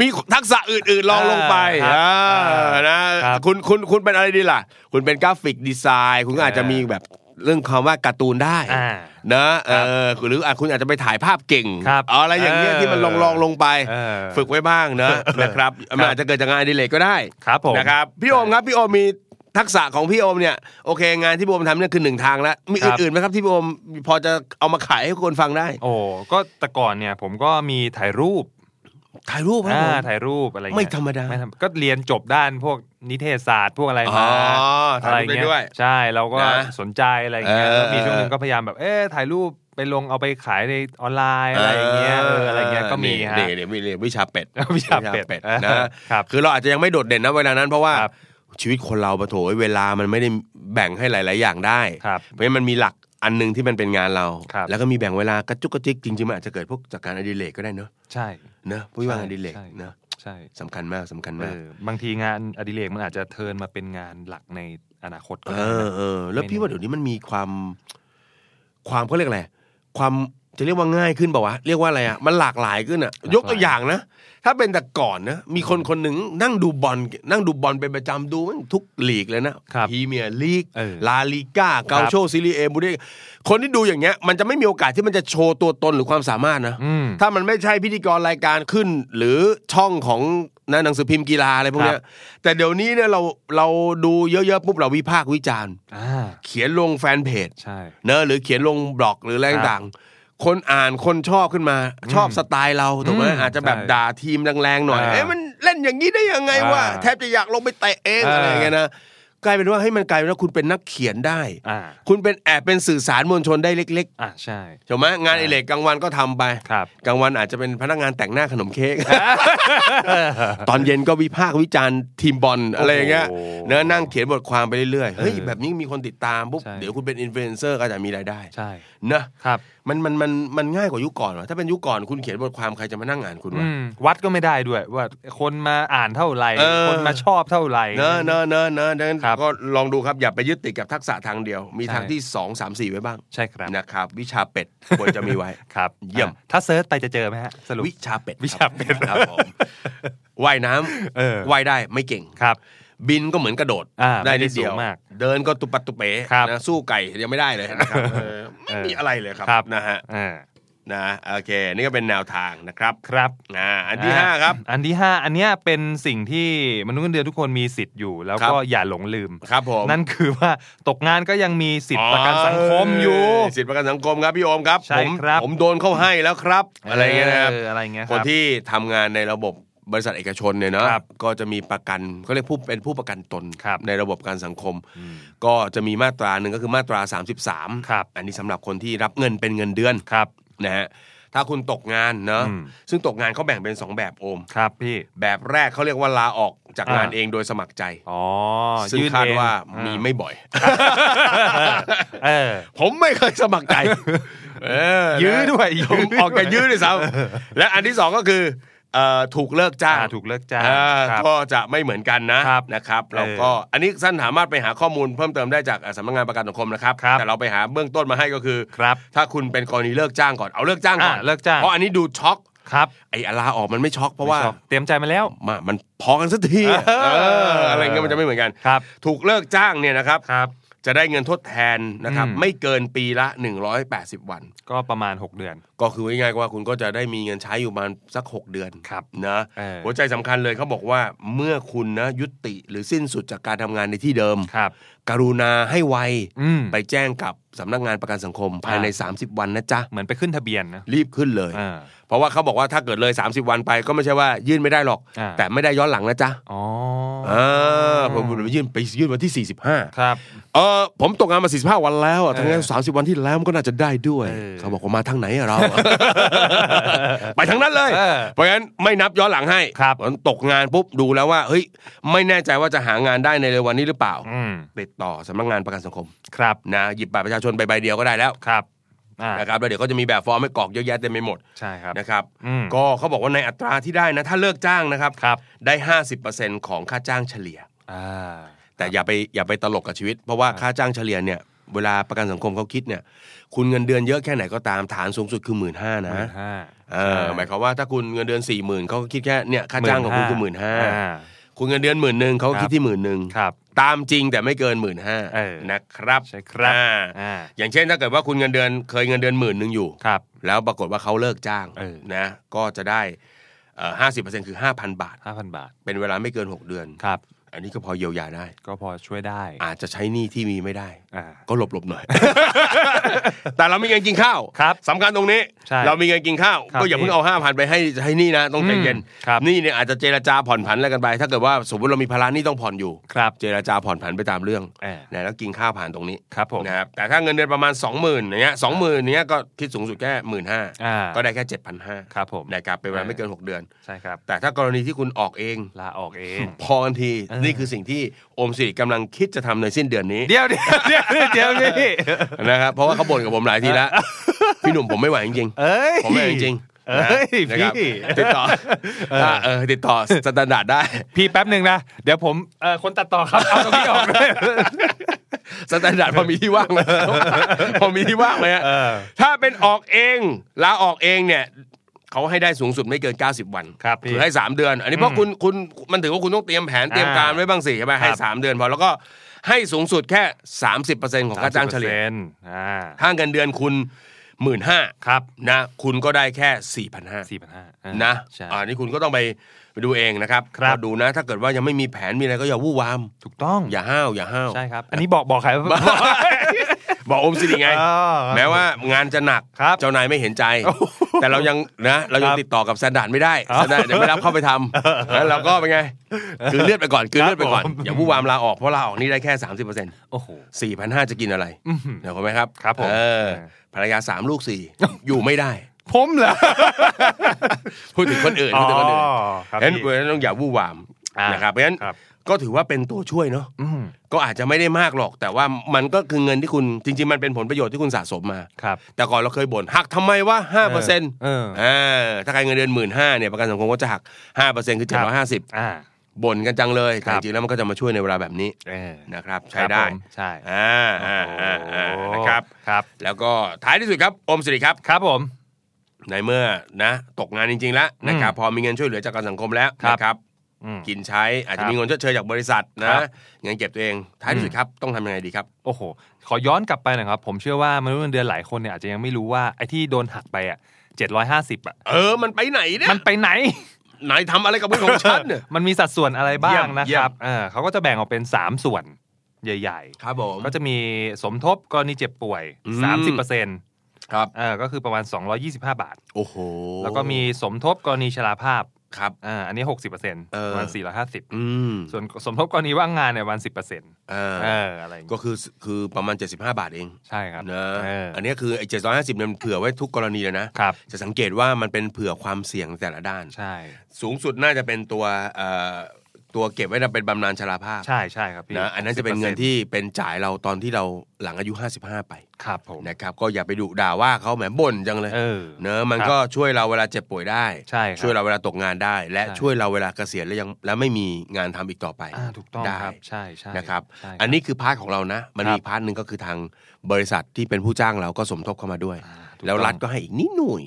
[SPEAKER 3] มีทักษะอื่นๆลองลงไป
[SPEAKER 2] อ่า
[SPEAKER 3] เออนะครับคุณคุณคุณเป็นอะไรดีล่ะ คุณเป็นกราฟิกดีไซน์ คุณก็อาจจะมีแบบเรื่องคำว่าการ์ตูนได้
[SPEAKER 2] อ่า
[SPEAKER 3] นะเออหรืออาจคุณอาจจะไปถ่ายภาพเก่ง
[SPEAKER 2] ครับ
[SPEAKER 3] เอาอะไรอย่างเงี้ยที่มันลองลองๆลงไป
[SPEAKER 2] เออ
[SPEAKER 3] ฝึกไว้บ้างนะ นะครับมันอาจจะเกิดจากงานอดิเลกก็ได้
[SPEAKER 2] ครับผม
[SPEAKER 3] นะครับพี่โอมครับพี่โอมมีทักษะของพี่โอมเนี่ยโอเค งานที่พี่โอมทำเนี่ยคือหนึ่งทางแล้วมีอื่นๆไหมครับที่พี่โอมพอจะเอามาขายให้คนฟังได้
[SPEAKER 2] โอ้ก็แต่ก่อนเนี่ยผมก็มีถ่ายรูป
[SPEAKER 3] ถ่ายรูปครับ
[SPEAKER 2] อ่า
[SPEAKER 3] ผม
[SPEAKER 2] ถ่ายรูปอะไรเงี้ย
[SPEAKER 3] ไม่ธรรมดา
[SPEAKER 2] ไธก็เรียนจบด้านพวกนิเทศศาสตร์พวกอะไร
[SPEAKER 3] อ๋
[SPEAKER 2] มา
[SPEAKER 3] อ
[SPEAKER 2] อะ
[SPEAKER 3] ถ่าย
[SPEAKER 2] ไร
[SPEAKER 3] รูปไป
[SPEAKER 2] เงี้ย
[SPEAKER 3] ด้วย
[SPEAKER 2] ใช่เราก็
[SPEAKER 3] นะ
[SPEAKER 2] สนใจอะไรเงี้ย
[SPEAKER 3] เอ
[SPEAKER 2] แล้
[SPEAKER 3] อ
[SPEAKER 2] วมีช่วงหนึงก็พยายามแบบเอ๊ะถ่ายรูปไปลงเอาไปขายในออนไลน์อะไรอย่างเงี้ยเอออะไรเงี้ยก็มีฮะ
[SPEAKER 3] นี่นี่นี่วิชาเป็ด
[SPEAKER 2] วิชาเป็ด
[SPEAKER 3] นะ
[SPEAKER 2] ครั
[SPEAKER 3] ั
[SPEAKER 2] บ
[SPEAKER 3] คือเราอาจจะยังไม่โดดเด่นนะเวลานั้นเพราะว่า
[SPEAKER 2] ครับ
[SPEAKER 3] ชีวิตคนเราปะโถเวลามันไม่ได้แบ่งให้หลาย ๆ อย่างได้
[SPEAKER 2] ครับ
[SPEAKER 3] เพราะฉะนั้นมันมีหลักอันหนึงที่มันเป็นงานเรา
[SPEAKER 2] ครับ
[SPEAKER 3] แล้วก็มีแบ่งเวลากระจุกกระจิกจริง ๆ มันอาจจะเกิดพวกจากการอดิเรกก็ได้เนอะ
[SPEAKER 2] ใช่
[SPEAKER 3] เนอะพูดว่างานอดิเรก
[SPEAKER 2] ใช่
[SPEAKER 3] เนอะ
[SPEAKER 2] ใช่
[SPEAKER 3] สำคัญมากสำคัญ
[SPEAKER 2] เอ
[SPEAKER 3] มาก
[SPEAKER 2] อบางทีงานอดิเรกมันอาจจะเทิร์นมาเป็นงานหลักในอนาคตก็
[SPEAKER 3] เอ
[SPEAKER 2] ได้
[SPEAKER 3] อ
[SPEAKER 2] นะ
[SPEAKER 3] เออแล้ว
[SPEAKER 2] ไม่
[SPEAKER 3] พี่
[SPEAKER 2] แน่
[SPEAKER 3] ว่าเดี๋ยวนี้มันมีความ ความเขาเรียกอะไรความจะเรียกว่าง่ายขึ้นเปล่าวะเรียกว่าอะไรอ่ะมันหลากหลายขึ้นอ่ะ ยกตัวอย่างนะ ถ้าเป็นแต่ก่อนนะ มีคนคนหนึ่งนั่งดูบอลนั่งดูบอลเป็นประจำดูแม่งทุกลีกเลยนะครับ พรีเมียร์ลีก
[SPEAKER 2] เออ
[SPEAKER 3] ลาลิก้า
[SPEAKER 2] ครั
[SPEAKER 3] เกา
[SPEAKER 2] บ
[SPEAKER 3] โชซีรีเอบูเดคนที่ดูอย่างเงี้ย มันจะไม่มีโอกาสที่มันจะโชว์ตัวตนหรือความสามารถนะ
[SPEAKER 2] อืม
[SPEAKER 3] ถ้ามันไม่ใช่พิธีกรรายการขึ้น หรือช่องของนะหนังสือพิมพ์กีฬาอะไรพวกเนี้
[SPEAKER 2] ครั
[SPEAKER 3] ย
[SPEAKER 2] บ
[SPEAKER 3] แต่เดี๋ยวนี้เนี่ยเราเราดูเยอะๆปุ๊บเราวิพากษ์วิจารณ์
[SPEAKER 2] อ่า
[SPEAKER 3] เขียนลงแฟนเพจ
[SPEAKER 2] ใช่
[SPEAKER 3] เนอะหรือเขียนลงบล็อกหรืออะไร
[SPEAKER 2] ครับ
[SPEAKER 3] ต่างๆคนอ่านคนชอบขึ้นมา ชอบสไตล์เราถูกไหม
[SPEAKER 2] อืม
[SPEAKER 3] อาจจะแบบ
[SPEAKER 2] ใช่
[SPEAKER 3] ด่าทีมแรงๆหน่อย
[SPEAKER 2] อ่า
[SPEAKER 3] เอ้ยมันเล่นอย่างนี้ได้ยังไงวะ
[SPEAKER 2] อ่า
[SPEAKER 3] แทบจะอยากลงไปเตะเอง
[SPEAKER 2] อ่า
[SPEAKER 3] อะไรอย่างเงี้ยนะกลายเป็นว่าให้ยมันกลายเป็นว่าคุณเป็นนักเขียนได้
[SPEAKER 2] อ่า
[SPEAKER 3] คุณเป็นแอบเป็นสื่อสารมวลชนได้เล็ก
[SPEAKER 2] อ่าใช่
[SPEAKER 3] ๆถูกไหมงานอดิเล็กกลางวันก็ทำไป
[SPEAKER 2] ครับ
[SPEAKER 3] กลางวันอาจจะเป็นพนักงานแต่งหน้าขนมเค้
[SPEAKER 2] [laughs]
[SPEAKER 3] ก ตอนเย็นก็วิพากษ์วิจารณ์ทีมบอลอะไรอย่างเงี้ย
[SPEAKER 2] โอ้โห
[SPEAKER 3] เนื้อะนั่งเขียนบทความไปเรื่อยๆ เฮ้ย
[SPEAKER 2] เออ
[SPEAKER 3] แบบนี้มีคนติดตามปุ๊บ
[SPEAKER 2] ใช่
[SPEAKER 3] เดี๋ยวคุณเป็นอินฟลูเอนเซอร์ก็จะมีรายได้
[SPEAKER 2] ใช่
[SPEAKER 3] เนอะ
[SPEAKER 2] ครับ
[SPEAKER 3] มันมันมันมันง่ายกว่ายุคก่อนวะถ้าเป็นยุคก่อนคุณเขียนบทความใครจะมานั่งอ่านคุณวะ
[SPEAKER 2] อืมวัดก็ไม่ได้ด้วย ว่าคนมาอ่านเท่าไหร่
[SPEAKER 3] เออ
[SPEAKER 2] คนมาชอบเท่าไหร่
[SPEAKER 3] เนอะเนอะเนอะเนอะดังนั้น
[SPEAKER 2] ครับ
[SPEAKER 3] ก็ลองดูครับอย่าไปยึดติดกับทักษะทางเดียว มี
[SPEAKER 2] ใช่
[SPEAKER 3] ทางที่สองสามสี่ไว้บ้าง
[SPEAKER 2] ใช่ครับ
[SPEAKER 3] นะครับ วิชาเป็ดควรจะมีไว้
[SPEAKER 2] ครับ
[SPEAKER 3] เยี่ยม
[SPEAKER 2] อ่ะถ้าเซิร์ชไปจะเจอไหมฮะสรุป
[SPEAKER 3] วิชาเป็ด
[SPEAKER 2] วิชาเป็ด
[SPEAKER 3] ครับผมว่ายน้
[SPEAKER 2] เออ
[SPEAKER 3] ำว่ายได้ไม่เก่ง
[SPEAKER 2] ครับ
[SPEAKER 3] บินก็เหมือนกระโดด
[SPEAKER 2] อ่า
[SPEAKER 3] ได้นิดเดียว
[SPEAKER 2] ไม่ได้สูงมาก
[SPEAKER 3] เดินก็ตุปัดตุเป๋
[SPEAKER 2] ครับ
[SPEAKER 3] นะสู้ไก่ยังไม่ได้เลยนะครับเออไม่มีอะไรเลยค
[SPEAKER 2] ครั
[SPEAKER 3] รับ นะฮะ
[SPEAKER 2] อ่า
[SPEAKER 3] นะโอเค นี่ก็เป็นแนวทางนะครับ
[SPEAKER 2] ครับ
[SPEAKER 3] นะอันที่ห้าครับ
[SPEAKER 2] อันที่ห้าอันเนี้ยเป็นสิ่งที่มนุษย์เงินเดือนทุกคนมีสิทธิ์อยู่ แล้ว
[SPEAKER 3] ครับ
[SPEAKER 2] ก็อย่าหลงลืม
[SPEAKER 3] ครับผม
[SPEAKER 2] นั่นคือว่าตกงานก็ยังมีสิทธิ์ประกันสังคมอยู่
[SPEAKER 3] สิทธิประกันสังคมครับพี่โอมครับ
[SPEAKER 2] ใช่
[SPEAKER 3] ผม
[SPEAKER 2] ครับ
[SPEAKER 3] ผมโดนเข้าให้แล้วครับ อะไรเงี้ยนะครับ
[SPEAKER 2] ออะไรเงี้ย
[SPEAKER 3] คน
[SPEAKER 2] รับ
[SPEAKER 3] ที่ทำงานในระบบบริษัทเอกชนเนี่ยนะครับ ก็จะมีประกันเขาเรียกผู้เป็นผู้ประกันตน
[SPEAKER 2] ครับ
[SPEAKER 3] ในระบบการสังคม ก็จะมีมาตราหนึ่งก็คือมาตรา 33
[SPEAKER 2] ครับ
[SPEAKER 3] อันนี้สำหรับคนที่รับเงินเป็นเงินเดือน
[SPEAKER 2] ครับ
[SPEAKER 3] นะฮะถ้าคุณตกงานเนอะ
[SPEAKER 2] อืม
[SPEAKER 3] ซึ่งตกงานเขาแบ่งเป็น 2 แบบโอม
[SPEAKER 2] ครับพี่
[SPEAKER 3] แบบแรกเขาเรียกว่าลาออกจากงาน
[SPEAKER 2] อ่า
[SPEAKER 3] เองโดยสมัครใจ
[SPEAKER 2] อ๋อ
[SPEAKER 3] ซึ่ง
[SPEAKER 2] ยื่น
[SPEAKER 3] คาด
[SPEAKER 2] เอง
[SPEAKER 3] ว่า
[SPEAKER 2] อ่
[SPEAKER 3] มีไม่บ่อย [laughs]
[SPEAKER 2] เออ
[SPEAKER 3] ผมไม่เคยสมัครใจเออ
[SPEAKER 2] ยื้อด้วยยื้อ
[SPEAKER 3] ผมออกจากยื้อด้วยซ้ำและอันที่สองก็คือเอ่อถูกเลิกจ้าง
[SPEAKER 2] อ่าถูกเลิกจ้าง
[SPEAKER 3] อ่า
[SPEAKER 2] ครับ
[SPEAKER 3] ก็จะไม่เหมือนกันนะครับ นะครับเราก็อันนี้ท่านสามารถไปหาข้อมูลเพิ่มเติมได้จากอ่าสำนักงานประกันสังคมนะครับ
[SPEAKER 2] ครับ
[SPEAKER 3] แต่เราไปหาเบื้องต้นมาให้ก็คือ
[SPEAKER 2] ครับ
[SPEAKER 3] ถ้าคุณเป็นกรณีเลิกจ้างก่อนเอาเลิกจ้างก่อน
[SPEAKER 2] อ่าเลิกจ้าง
[SPEAKER 3] เพราะอันนี้ดูช็อก
[SPEAKER 2] ครับ
[SPEAKER 3] ไอ้อลาออกมันไม่ช็อกเพราะว่า
[SPEAKER 2] ไม่ชอบเตรียมใจมาแล้ว
[SPEAKER 3] มามันพอกันสักทีอะ
[SPEAKER 2] เออ
[SPEAKER 3] เอออะไรเงี้ยมันจะไม่เหมือนกัน
[SPEAKER 2] ครับ
[SPEAKER 3] ถูกเลิกจ้างเนี่ยนะครับ
[SPEAKER 2] ครับ
[SPEAKER 3] จะได้เงินทดแทนนะครับ
[SPEAKER 2] อืม
[SPEAKER 3] ไม่เกินปีละ 180 วัน
[SPEAKER 2] ก็ประมาณ 6 เดือน
[SPEAKER 3] ก็คือง่ายๆว่าคุณก็จะได้มีเงินใช้อยู่ประมาณสัก 6 เดือน
[SPEAKER 2] ครับ
[SPEAKER 3] นะ
[SPEAKER 2] เออ
[SPEAKER 3] หัวใจสำคัญเลยเขาบอกว่าเมื่อคุณนะยุติหรือสิ้นสุดจากการทำงานในที่เดิม
[SPEAKER 2] ครับ
[SPEAKER 3] กรุณาให้ไว
[SPEAKER 2] อืม
[SPEAKER 3] ไปแจ้งกับสำนักงานประกันสังคมภายใน
[SPEAKER 2] อ่า
[SPEAKER 3] 30 วันนะจ๊ะ
[SPEAKER 2] เหมือนไปขึ้นทะเบียนนะ
[SPEAKER 3] รีบขึ้นเลย
[SPEAKER 2] อ่า
[SPEAKER 3] เพ เพราะว่าเขาบอกว่าถ้าเกิดเลย 30 วันไปก็ไม่ใช่ว่ายื่นไม่ได้หรอก
[SPEAKER 2] อ่า
[SPEAKER 3] แต่ไม่ได้ย้อนหลังนะจ๊ะ
[SPEAKER 2] อ๋ออ
[SPEAKER 3] อ่าผมผมไปยื่นไปยื่นวันที่ 45
[SPEAKER 2] ครับ
[SPEAKER 3] เออผมตกงานมา 45 วันแล้วอะ
[SPEAKER 2] เออ
[SPEAKER 3] ทั้งนั้น30 วันที่แล้วมันก็น่าจะได้ด้วย
[SPEAKER 2] เออ
[SPEAKER 3] เขาบอกว่ามาทางไหนอะเรา
[SPEAKER 2] [laughs]
[SPEAKER 3] ไปทางนั้นเลย
[SPEAKER 2] เออ
[SPEAKER 3] เพราะงั้นไม่นับย้อนหลังให้
[SPEAKER 2] ครับ
[SPEAKER 3] ผมตกงานปุ๊บดูแล้วว่าเฮ้ยไม่แน่ใจว่าจะหางานได้ในเร็ววันนี้หรือเปล่า
[SPEAKER 2] อืม
[SPEAKER 3] ติดต่อสำนักงานประกันสังคม
[SPEAKER 2] ครับ
[SPEAKER 3] นะหยิบบัตรประชาชนไปใบเดียวก็ได้แล้ว
[SPEAKER 2] ครับอ่า
[SPEAKER 3] นะครับแล้วเดี๋ยวก็จะมีแบบฟอร์มให้กรอกเยอะแยะเต็มไปหมด
[SPEAKER 2] ใช่ครับ
[SPEAKER 3] นะครับ
[SPEAKER 2] อืม
[SPEAKER 3] ก็เขาบอกว่าในอัตราที่ได้นะ ถ้าเลิกจ้างนะครับ
[SPEAKER 2] ครับ
[SPEAKER 3] ได้ 50%ของค่าจ้างเฉลี่ย
[SPEAKER 2] อ่า
[SPEAKER 3] แต่อย่าไปอย่าไปตลกกับชีวิต เพราะว่าค่าจ้างเฉลี่ยเนี่ยเวลาประกันสังคมเขาคิดเนี่ยคุณเงินเดือนเยอะแค่ไหนก็ตามฐานสูงสุดคือหมื่นห้านะ
[SPEAKER 2] ห้า
[SPEAKER 3] เออหมายความว่าถ้าคุณเงินเดือนสี่หมื่นเขาก็คิดแค่เนี่ยค่าจ้างของคุณคือหมื่นห้า
[SPEAKER 2] อ่
[SPEAKER 3] คุณเงินเดือนหมื่นหนึ่งเขาก็
[SPEAKER 2] ครับ
[SPEAKER 3] คิดที่หมื่นหนึ่ง
[SPEAKER 2] ครับ
[SPEAKER 3] ตามจริงแต่ไม่เกินหมื่นห้า
[SPEAKER 2] เออ
[SPEAKER 3] นะครับ
[SPEAKER 2] ใช่ครับ
[SPEAKER 3] อ่า
[SPEAKER 2] อ่า
[SPEAKER 3] อย่างเช่นถ้าเกิดว่าคุณเงินเดือนเคยเงินเดือนหมื่นหนึ่งอยู่
[SPEAKER 2] ครับ
[SPEAKER 3] แล้วปรากฏว่าเขาเลิกจ้าง
[SPEAKER 2] เออ
[SPEAKER 3] นะก็จะได้ห้าสิบเปอร์เซ็นต์คือห้าพันบาท
[SPEAKER 2] ห้าพันบาท
[SPEAKER 3] เป็นเวลาไม่เกินหกเดือน
[SPEAKER 2] ครับ
[SPEAKER 3] อันนี้ก็พอเยียวยาได้
[SPEAKER 2] ก็พอช่วยได้
[SPEAKER 3] อาจจะใช้หนี้ที่มีไม่ได้
[SPEAKER 2] อ่า
[SPEAKER 3] ก็หลบหลบๆหน่อย [laughs] แต่เรามีเงินกินข้าว
[SPEAKER 2] ครับ
[SPEAKER 3] สำคัญตรงนี้
[SPEAKER 2] ใช่
[SPEAKER 3] เรามีเงินกินข้าว
[SPEAKER 2] ครับ
[SPEAKER 3] ก็อย่าเพิ่งเอาห้าพันไปให้ให้นี่นะต้องใจเย็น
[SPEAKER 2] อืมครับ
[SPEAKER 3] นี่เนี่ยอาจจะเจรจาผ่อนผันอะไรกันไป ถ้าเกิดว่าสมมติเรามีภาระหนี่ต้องผ่อนอยู่
[SPEAKER 2] ครับ
[SPEAKER 3] เจรจาผ่อนผันไปตามเรื่อง
[SPEAKER 2] เออ
[SPEAKER 3] นะแล้วกินข้าวผ่านตรงนี้
[SPEAKER 2] ครับผม
[SPEAKER 3] นะครับแต่ถ้าเงินเดือนประมาณ 20,000อย่างเงี้ยสองหมื่นเนี้ยก็คิดสูงสุดแค่หมื่นห้า
[SPEAKER 2] อ่า
[SPEAKER 3] ก็ได้แค่เจ็ดพันห้า
[SPEAKER 2] ครับผม
[SPEAKER 3] นะครับเป็นเวลาไม่เกินหกเดือน
[SPEAKER 2] ใช่ครับ
[SPEAKER 3] แต่ถ้ากรณีที่คุณออกเอง
[SPEAKER 2] ลาออกเอง
[SPEAKER 3] พอกันที
[SPEAKER 2] เออ
[SPEAKER 3] นี่คือสิ่งที่โอมสิริกำลังคิดจะทำในสิ้นเดือนนี้
[SPEAKER 2] เดี๋ยวเดี๋ยวเดี๋ยวเดี๋ยวพี่
[SPEAKER 3] นะครับเพราะว่าเขาบ่นกับผมหลายทีแล้ว พี่หนุ่มผมไม่ไหวจริง
[SPEAKER 2] เอ้ย
[SPEAKER 3] ๆผมไม่ไหวจริงๆ
[SPEAKER 2] เอ้ย
[SPEAKER 3] นะ
[SPEAKER 2] พี่
[SPEAKER 3] ครับติดต่อถ้าเออติดต่อสแตนดาร์ดได้
[SPEAKER 2] พี่แป๊บหนึ่งนะ เดี๋ยวผมเอ่อคนตัดต่อครับเอาตรงนี้ออกเลย
[SPEAKER 3] สแตนดาร์ดพอมีที่ว่างแล้วพอมีที่ว่างเลยฮะ
[SPEAKER 2] [laughs] เออ
[SPEAKER 3] ถ้าเป็นออกเองลาออกเองเนี่ยเขาให้ได้สูงสุดไม่เกิน 90 วัน
[SPEAKER 2] ครับพี่
[SPEAKER 3] คือให้ 3 เดือน อันนี้เพราะคุณคุณมันถือว่าคุณต้องเตรียมแผนเตรียมการไว้บ้างสิใช่ไหมให้
[SPEAKER 2] ครับ
[SPEAKER 3] 3 เดือนพอแล้วก็ให้สูงสุดแค่ 30%ของค่าจ้างเฉลี่ย
[SPEAKER 2] 30%อ่า
[SPEAKER 3] ถ้าเงินเดือนคุณหมื่นห้า
[SPEAKER 2] ครับ
[SPEAKER 3] นะคุณก็ได้แค่4 5 0 0
[SPEAKER 2] สี่พันห้า
[SPEAKER 3] นะ
[SPEAKER 2] ใช่
[SPEAKER 3] อ่านี่คุณก็ต้องไปไปดูเองนะครับ
[SPEAKER 2] ครับ
[SPEAKER 3] ก็ดูนะ ถ้าเกิดว่ายังไม่มีแผนมีอะไรก็อย่าวู่วาม
[SPEAKER 2] ถูกต้อง
[SPEAKER 3] อย่าห้าวอย่าห้าว
[SPEAKER 2] ใช่ครับ อันนี้บอกบอกใคร [laughs] บ้า
[SPEAKER 3] บอกอมสิริไง แม้ว่างานจะหนัก
[SPEAKER 2] ครับ
[SPEAKER 3] เจ้านายไม่เห็นใจ แต่เรายังนะเรายั
[SPEAKER 2] ค
[SPEAKER 3] ง
[SPEAKER 2] รับ
[SPEAKER 3] ติดต่อกับสแตนดาร์ดไม่ได้
[SPEAKER 2] อ๋อ
[SPEAKER 3] สแตนดาร์ดยังไม่รับเข้าไปทำแล้วเราก็เป็นไงคือเลือดไปก่อนคือเลือดไปก่อน
[SPEAKER 2] ผม
[SPEAKER 3] อย่าวู่วามลาออกเพราะลาออกนี่ได้แค่ 30%มสิบเปอร์เซ็นต์
[SPEAKER 2] โอ้โห
[SPEAKER 3] สี่พันห้าจะกินอะไร
[SPEAKER 2] อื้อหือ
[SPEAKER 3] เดี๋ยวเขาไหมครับ
[SPEAKER 2] ครับผม
[SPEAKER 3] เออ
[SPEAKER 2] เออ
[SPEAKER 3] ภรรยาสามลูกสี่อยู่ไม่
[SPEAKER 2] [laughs]
[SPEAKER 3] ได้
[SPEAKER 2] ผมเหร
[SPEAKER 3] [laughs]
[SPEAKER 2] อ
[SPEAKER 3] พูดถึงคนอื่นพูดถึงคนอื่น
[SPEAKER 2] ครับ
[SPEAKER 3] เพราะฉะนั้น
[SPEAKER 2] พี่
[SPEAKER 3] เพราะฉะนั้นต้องอย่าวู่วาม
[SPEAKER 2] อ่าน
[SPEAKER 3] นะครับเพราะฉะนั้น
[SPEAKER 2] ครับ
[SPEAKER 3] ก็ถือว่าเป็นตัวช่วยเนาะ
[SPEAKER 2] อืม
[SPEAKER 3] ก็อาจจะไม่ได้มากหรอก แต่ว่ามันก็คือเงินที่คุณจริง ๆ มันเป็นผลประโยชน์ที่คุณสะสมมา
[SPEAKER 2] ครับ
[SPEAKER 3] แต่ก่อนเราเคยบ่นหักทำไมว่าห้าเปอร์เซ็นต์
[SPEAKER 2] เออ
[SPEAKER 3] ถ้าใครเงินเดือนหมื่นห้าเนี่ยประกันสังคมก็จะหักห้าเปอร์เซ็นต์คื
[SPEAKER 2] ค
[SPEAKER 3] อเจ็ด
[SPEAKER 2] รั
[SPEAKER 3] ร้อยห้าสิบ
[SPEAKER 2] อ่า
[SPEAKER 3] บ่นกันจังเลยแต่
[SPEAKER 2] ครับ
[SPEAKER 3] จริงๆแล้วมันก็จะมาช่วยในเวลาแบบนี้
[SPEAKER 2] เออ
[SPEAKER 3] นะครับ ใช้
[SPEAKER 2] ครับ
[SPEAKER 3] ได้
[SPEAKER 2] ผมใช่
[SPEAKER 3] อ่าอ่าอ่าอ่านะครับ
[SPEAKER 2] ครับ
[SPEAKER 3] แล้วก็ท้ายที่สุดครับอมสิริครับ
[SPEAKER 2] ครับผม
[SPEAKER 3] ในเมื่อนะตกงานจริง ๆ แล้วนะครับ
[SPEAKER 2] อืม
[SPEAKER 3] พอมีเงินช่วยเหลือจากการสังคมแล้ว
[SPEAKER 2] ครับ
[SPEAKER 3] นะครับ
[SPEAKER 2] อืม
[SPEAKER 3] กินใช้อาจ
[SPEAKER 2] ครั
[SPEAKER 3] จะ
[SPEAKER 2] บ
[SPEAKER 3] มีเงินชดเชยจากบริษัท
[SPEAKER 2] ครั
[SPEAKER 3] นะ
[SPEAKER 2] บ
[SPEAKER 3] เงินเก็บตัวเองท้ายที่สุดครับต้องทำยังไงดีครับ
[SPEAKER 2] โอ้โห ขอย้อนกลับไปหน่อยครับ ผมเชื่อว่ามนุษย์เงินเดือนหลายคนเนี่ยอาจจะยังไม่รู้ว่าไอ้ที่โดนหักไปอ่ะเจ็ดร้อยห้าสิบอ่ะ
[SPEAKER 3] เออมันไปไหนเนี่ย
[SPEAKER 2] มันไปไหน
[SPEAKER 3] ไหนทำอะไรกับเงินของฉันเนี่ย
[SPEAKER 2] มันมีสัดส่วนอะไรบ้างนะค
[SPEAKER 3] เยี่ยม
[SPEAKER 2] รับเออเขาก็จะแบ่งออกเป็น 3 ส่วนใหญ่
[SPEAKER 3] ครับผม
[SPEAKER 2] ๆ ก็จะมีสมทบกรณีเจ็บป่วย
[SPEAKER 3] อืม
[SPEAKER 2] 30%เ
[SPEAKER 3] ครับ
[SPEAKER 2] ออก็คือประมาณ 225 บาท
[SPEAKER 3] โอ้โห
[SPEAKER 2] แล้วก็มีสมทบกรณีชราภาพ
[SPEAKER 3] ครับ
[SPEAKER 2] อ่าอันนี้ 60%ประมาณ 450
[SPEAKER 3] อืม
[SPEAKER 2] ส่วนสมทบกรณีว่างงานเนี่ยประมาณ10%เ
[SPEAKER 3] เอ
[SPEAKER 2] อ
[SPEAKER 3] อ
[SPEAKER 2] ออะไรอย่าง
[SPEAKER 3] ก็
[SPEAKER 2] เงี้ย
[SPEAKER 3] คือคือประมาณ 75 บาทเอง
[SPEAKER 2] ใช่ครับ
[SPEAKER 3] นะ
[SPEAKER 2] เอออ
[SPEAKER 3] อันนี้คือไอ้เจ็ดร้อยห้าสิบเนี่ยมันเผื่อไว้ทุกกรณีเลยนะ
[SPEAKER 2] ครับ
[SPEAKER 3] จะสังเกตว่ามันเป็นเผื่อความเสี่ยงในแต่ละด้าน
[SPEAKER 2] ใช่
[SPEAKER 3] สูงสุดน่าจะเป็นตัวเอ่อตัวเก็บไว้นะเป็นบำนาญชราภาพ
[SPEAKER 2] ใช่ใช่ครับพี่
[SPEAKER 3] นะอันนั้นจะเป็นเงินที่เป็นจ่ายเราตอนที่เราหลังอายุ 55 ไป
[SPEAKER 2] ครับผม
[SPEAKER 3] นะครับก็อย่าไปดุด่าว่าเขาแหมบ่นจังเลย
[SPEAKER 2] เออ
[SPEAKER 3] เนอะมัน
[SPEAKER 2] ครับ
[SPEAKER 3] ก็ช่วยเราเวลาเจ็บป่วยได้
[SPEAKER 2] ใช่ครับ
[SPEAKER 3] ช่วยเราเวลาตกงานได้ และ
[SPEAKER 2] ใช่
[SPEAKER 3] ช่วยเราเวลาเกษียณแล้วยังและไม่มีงานทำอีกต่อไป
[SPEAKER 2] อ่าถูกต้อง
[SPEAKER 3] ได้
[SPEAKER 2] ครับใช่ใช่
[SPEAKER 3] นะครับ
[SPEAKER 2] ใช่
[SPEAKER 3] อันนี้คือพาร์ทของเรานะ มัน
[SPEAKER 2] ค
[SPEAKER 3] มี
[SPEAKER 2] รับ
[SPEAKER 3] พาร์ทหนึ่งก็คือทางบริษัทที่เป็นผู้จ้างเราก็สมทบเข้ามาด้วย
[SPEAKER 2] อ่าถูก
[SPEAKER 3] แล้วรัฐก็ให้อีกนิดห
[SPEAKER 2] [laughs]
[SPEAKER 3] น่อย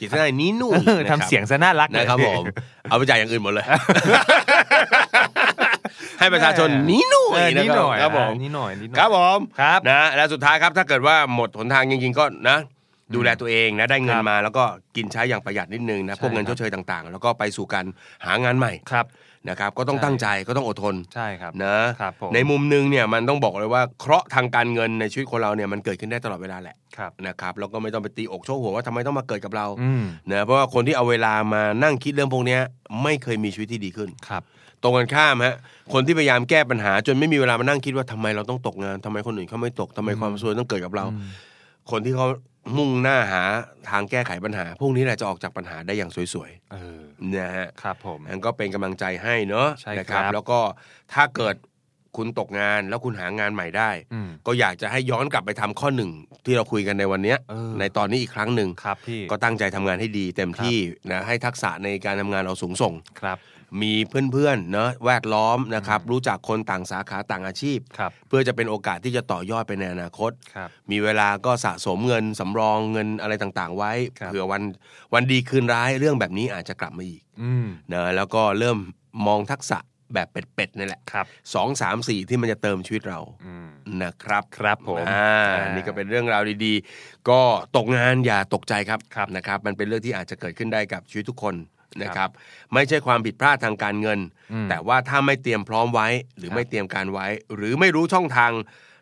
[SPEAKER 3] กิจได้นิดหน่อย
[SPEAKER 2] เอ [laughs] อ
[SPEAKER 3] นะครับ
[SPEAKER 2] ทำเสียงซะน่ารัก
[SPEAKER 3] นะครับ
[SPEAKER 2] เลย
[SPEAKER 3] ผมเอาไปจ่ายอย่างอื่นหมด
[SPEAKER 2] [laughs]
[SPEAKER 3] เลย ให้ประชาชนนิดหน่อ
[SPEAKER 2] เอยอนิดหน่อย
[SPEAKER 3] นะครับผม
[SPEAKER 2] อ่านิดหน่อยนิดหน่อย
[SPEAKER 3] ครับผม
[SPEAKER 2] ครับ
[SPEAKER 3] นะและสุดท้ายครับถ้าเกิดว่าหมดหนทางจริงๆก็นะ ดูแลตัวเองนะได้
[SPEAKER 2] ค
[SPEAKER 3] เงิ
[SPEAKER 2] น รับ
[SPEAKER 3] มา แล้วก็กินใช้อย่างประหยัดนิดนึงนะ
[SPEAKER 2] ใช่
[SPEAKER 3] พวกเงิน
[SPEAKER 2] ครับ
[SPEAKER 3] ชดเชยต่างๆ แล้วก็ไปสู่การหางานใหม่
[SPEAKER 2] ครับ
[SPEAKER 3] นะครับ ก็ต้อง
[SPEAKER 2] ใช่
[SPEAKER 3] ตั้งใจก็ต้องอดทน
[SPEAKER 2] ใช่ครับ
[SPEAKER 3] นะครับ
[SPEAKER 2] ผม
[SPEAKER 3] ในมุมหนึงเนี่ยมันต้องบอกเลยว่าเคราะห์ทางการเงินในชีวิตคนเราเนี่ยมันเกิดขึ้นได้ตลอดเวลาแหละ
[SPEAKER 2] ครับ
[SPEAKER 3] นะครับแล้วก็ไม่ต้องไปตีอกโชกหัวว่าทำไมต้องมาเกิดกับเรา
[SPEAKER 2] อืม
[SPEAKER 3] นะเพราะว่าคนที่เอาเวลามานั่งคิดเรื่องพวกเนี้ยไม่เคยมีชีวิตที่ดีขึ้น
[SPEAKER 2] ครับ
[SPEAKER 3] ตรงกันข้ามฮะ คนที่พยายามแก้ปัญหา จนไม่มีเวลามานั่งคิดว่าทำไมเราต้องตกงานทำไมคนอื่นเขาไม่ตกทำไมความซวยต้องเกิดกับเรา
[SPEAKER 2] อืม
[SPEAKER 3] คนที่เขามุ่งหน้าหาทางแก้ไขปัญหา พวกนี้แหละจะออกจากปัญหาได้อย่างสวย
[SPEAKER 2] เออ
[SPEAKER 3] ๆนะฮะ
[SPEAKER 2] ครับผม
[SPEAKER 3] อันก็เป็นกำลังใจให้เนอะ
[SPEAKER 2] ใช่ครับ
[SPEAKER 3] นะแล้วก็ถ้าเกิดคุณตกงานแล้วคุณหางานใหม่ได้
[SPEAKER 2] อืม
[SPEAKER 3] ก็อยากจะให้ย้อนกลับไปทำข้อหนึ่งที่เราคุยกันในวันเนี้ย
[SPEAKER 2] เออ
[SPEAKER 3] ในตอนนี้อีกครั้งหนึ่ง
[SPEAKER 2] ครับพี่
[SPEAKER 3] ก็ตั้งใจทำงานให้ดี เต็มที่นะให้ทักษะในการทำงานเราสูงส่ง
[SPEAKER 2] ครับ
[SPEAKER 3] มีเพื่อนๆเนอะแวดล้อมนะครับ รู้จักคนต่างสาขาต่างอาชีพ
[SPEAKER 2] ครับ
[SPEAKER 3] เพื่อจะเป็นโอกาสที่จะต่อยอดไปในอนาคต
[SPEAKER 2] ครับ
[SPEAKER 3] มีเวลาก็สะสมเงินสำรองเงินอะไรต่างๆ ไว้
[SPEAKER 2] ครับ
[SPEAKER 3] เผื่อวันวันดีคืนร้ายเรื่องแบบนี้อาจจะกลับมาอีก
[SPEAKER 2] อืม
[SPEAKER 3] เนอะแล้วก็เริ่มมองทักษะแบบเป็ดๆนี่แหละ
[SPEAKER 2] ครับ
[SPEAKER 3] สองสามสี่ที่มันจะเติมชีวิตเรา
[SPEAKER 2] อืม
[SPEAKER 3] นะครับ
[SPEAKER 2] ครับผม
[SPEAKER 3] อ่านี่ก็เป็นเรื่องราวดีๆ ก็ตกงานอย่าตกใจครับ
[SPEAKER 2] ครับ
[SPEAKER 3] นะครับ มันเป็นเรื่องที่อาจจะเกิดขึ้นได้กับชีวิตทุกคนนะค
[SPEAKER 2] ครั
[SPEAKER 3] รับ
[SPEAKER 2] บ
[SPEAKER 3] ไม่ใช่ความผิดพลาดทางการเงิน
[SPEAKER 2] อืม
[SPEAKER 3] แต่ว่าถ้าไม่เตรียมพร้อมไว้ หรือ
[SPEAKER 2] ครับ
[SPEAKER 3] ไม่เตรียมการไว้ หรือไม่รู้ช่องทาง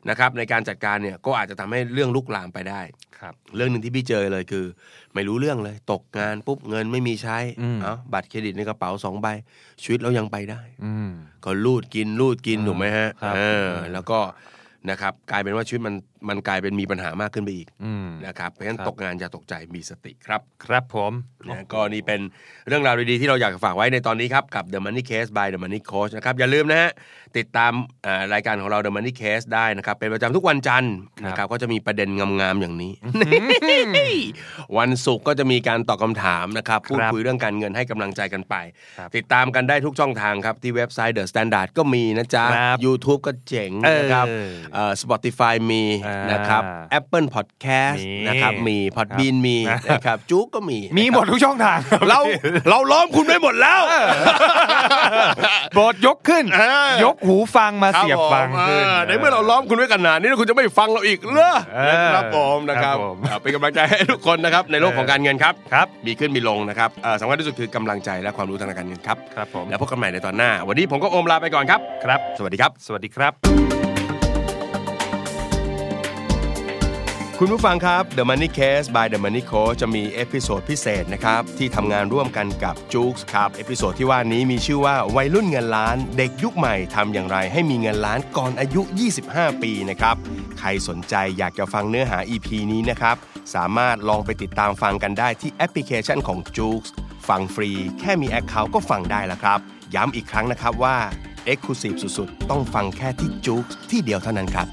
[SPEAKER 3] นะครับในการจัดการเนี่ยก็อาจจะทำให้เรื่องลุกลามไปได้
[SPEAKER 2] ครับ
[SPEAKER 3] เรื่องหนึ่งที่พี่เจอเลยคือ ไม่รู้เรื่องเลย ตกงานปุ๊บเงินไม่มีใช้
[SPEAKER 2] อืม
[SPEAKER 3] เอ้าบัตรเครดิตในกระเป๋าสองใบชีวิตเรายังไปได้
[SPEAKER 2] อืม
[SPEAKER 3] ก็ลูดกินลูดกิน
[SPEAKER 2] อืม
[SPEAKER 3] ถูกไหมฮะ
[SPEAKER 2] ครับ
[SPEAKER 3] เออ
[SPEAKER 2] ครับ
[SPEAKER 3] แล้วก็นะครับกลายเป็นว่าชีวิตมันมันกลายเป็นมีปัญหามากขึ้นไปอีก
[SPEAKER 2] อืม
[SPEAKER 3] นะครับเพราะฉะนั้น
[SPEAKER 2] ครับ
[SPEAKER 3] ตกงานอย่าตกใจมีสติครับ
[SPEAKER 2] ครับผม
[SPEAKER 3] นะก็นี่เป็นเรื่องราวดีๆ ที่เราอยากจะฝากไว้ในตอนนี้ครับ กับ The Money Case by The Money Coach นะครับ อย่าลืมนะฮะ ติดตามเอ่อรายการของเรา The Money Case ได้นะครับ เป็นประจำทุกวันจันทร์นะครับก็จะมีประเด็นงามๆ อย่างนี้ [laughs] วันศุกร์ก็จะมีการตอบคำถามนะครับ พูดคุยเรื่องการเงินให้กำลังใจกันไป ติดตามกันได้ทุกช่องทางครับ ที่เว็บไซต์ The Standard ก็มีนะจ๊ะ
[SPEAKER 2] ครับ
[SPEAKER 3] YouTube ก็เจ๋งนะครับ
[SPEAKER 2] เออ
[SPEAKER 3] เอ่อ Spotify มี
[SPEAKER 2] อ่าน
[SPEAKER 3] นะครับ Apple Podcast
[SPEAKER 2] มี
[SPEAKER 3] นะครับมี Podbean มี
[SPEAKER 2] ครับ
[SPEAKER 3] นะครับ
[SPEAKER 2] [laughs]
[SPEAKER 3] จุ๊กก็มี
[SPEAKER 2] มี
[SPEAKER 3] นะครับ
[SPEAKER 2] หมดทุกช่องทางครับ
[SPEAKER 3] เราเราล้อมคุณไปหมดแล้ว
[SPEAKER 2] โปรดยกขึ้น
[SPEAKER 3] เออ
[SPEAKER 2] ยกหูฟังมา
[SPEAKER 3] ครับ
[SPEAKER 2] เสียบฟัง
[SPEAKER 3] ผม
[SPEAKER 2] ขึ้น
[SPEAKER 3] เออในเมื่อเราล้อมคุณไว้ขนาดนี้แล้วคุณจะไม่ฟังเราอีกเหรอ
[SPEAKER 2] เออ
[SPEAKER 3] นะครับผมนะครับ
[SPEAKER 2] ครับผม
[SPEAKER 3] เอ่อเป็นกำลังใจให้ทุกคนนะครับในโลก
[SPEAKER 2] เออ
[SPEAKER 3] ของการเงินครับ
[SPEAKER 2] ครับ
[SPEAKER 3] มีขึ้นมีลงนะครับเอ่อสำคัญที่สุดคือกำลังใจและความรู้ทางการเงินครับ
[SPEAKER 2] ครับผม
[SPEAKER 3] แล้วพบกันใหม่ในตอนหน้า วันนี้ผมก็โอมลาไปก่อนครับ
[SPEAKER 2] ครับ
[SPEAKER 3] สวัสดีครับ
[SPEAKER 2] สวัสดีครับ
[SPEAKER 3] คุณผู้ฟังครับ The Money Case by The Money Coach จะมีเอพิโซดพิเศษนะครับ ที่ทำงานร่วมกันกับจู๊กครับเอพิโซดที่ว่านี้มีชื่อว่าวัยรุ่นเงินล้าน เด็กยุคใหม่ทำอย่างไรให้มีเงินล้านก่อนอายุ 25 ปีนะครับ ใครสนใจอยากจะฟังเนื้อหา EP นี้นะครับ สามารถลองไปติดตามฟังกันได้ที่แอปพลิเคชันของจู๊กฟังฟรี แค่มี Account ก็ฟังได้แล้วครับ ย้ำอีกครั้งนะครับว่า Exclusive สุดๆ ต้องฟังแค่ที่จู๊กที่เดียวเท่านั้นครับ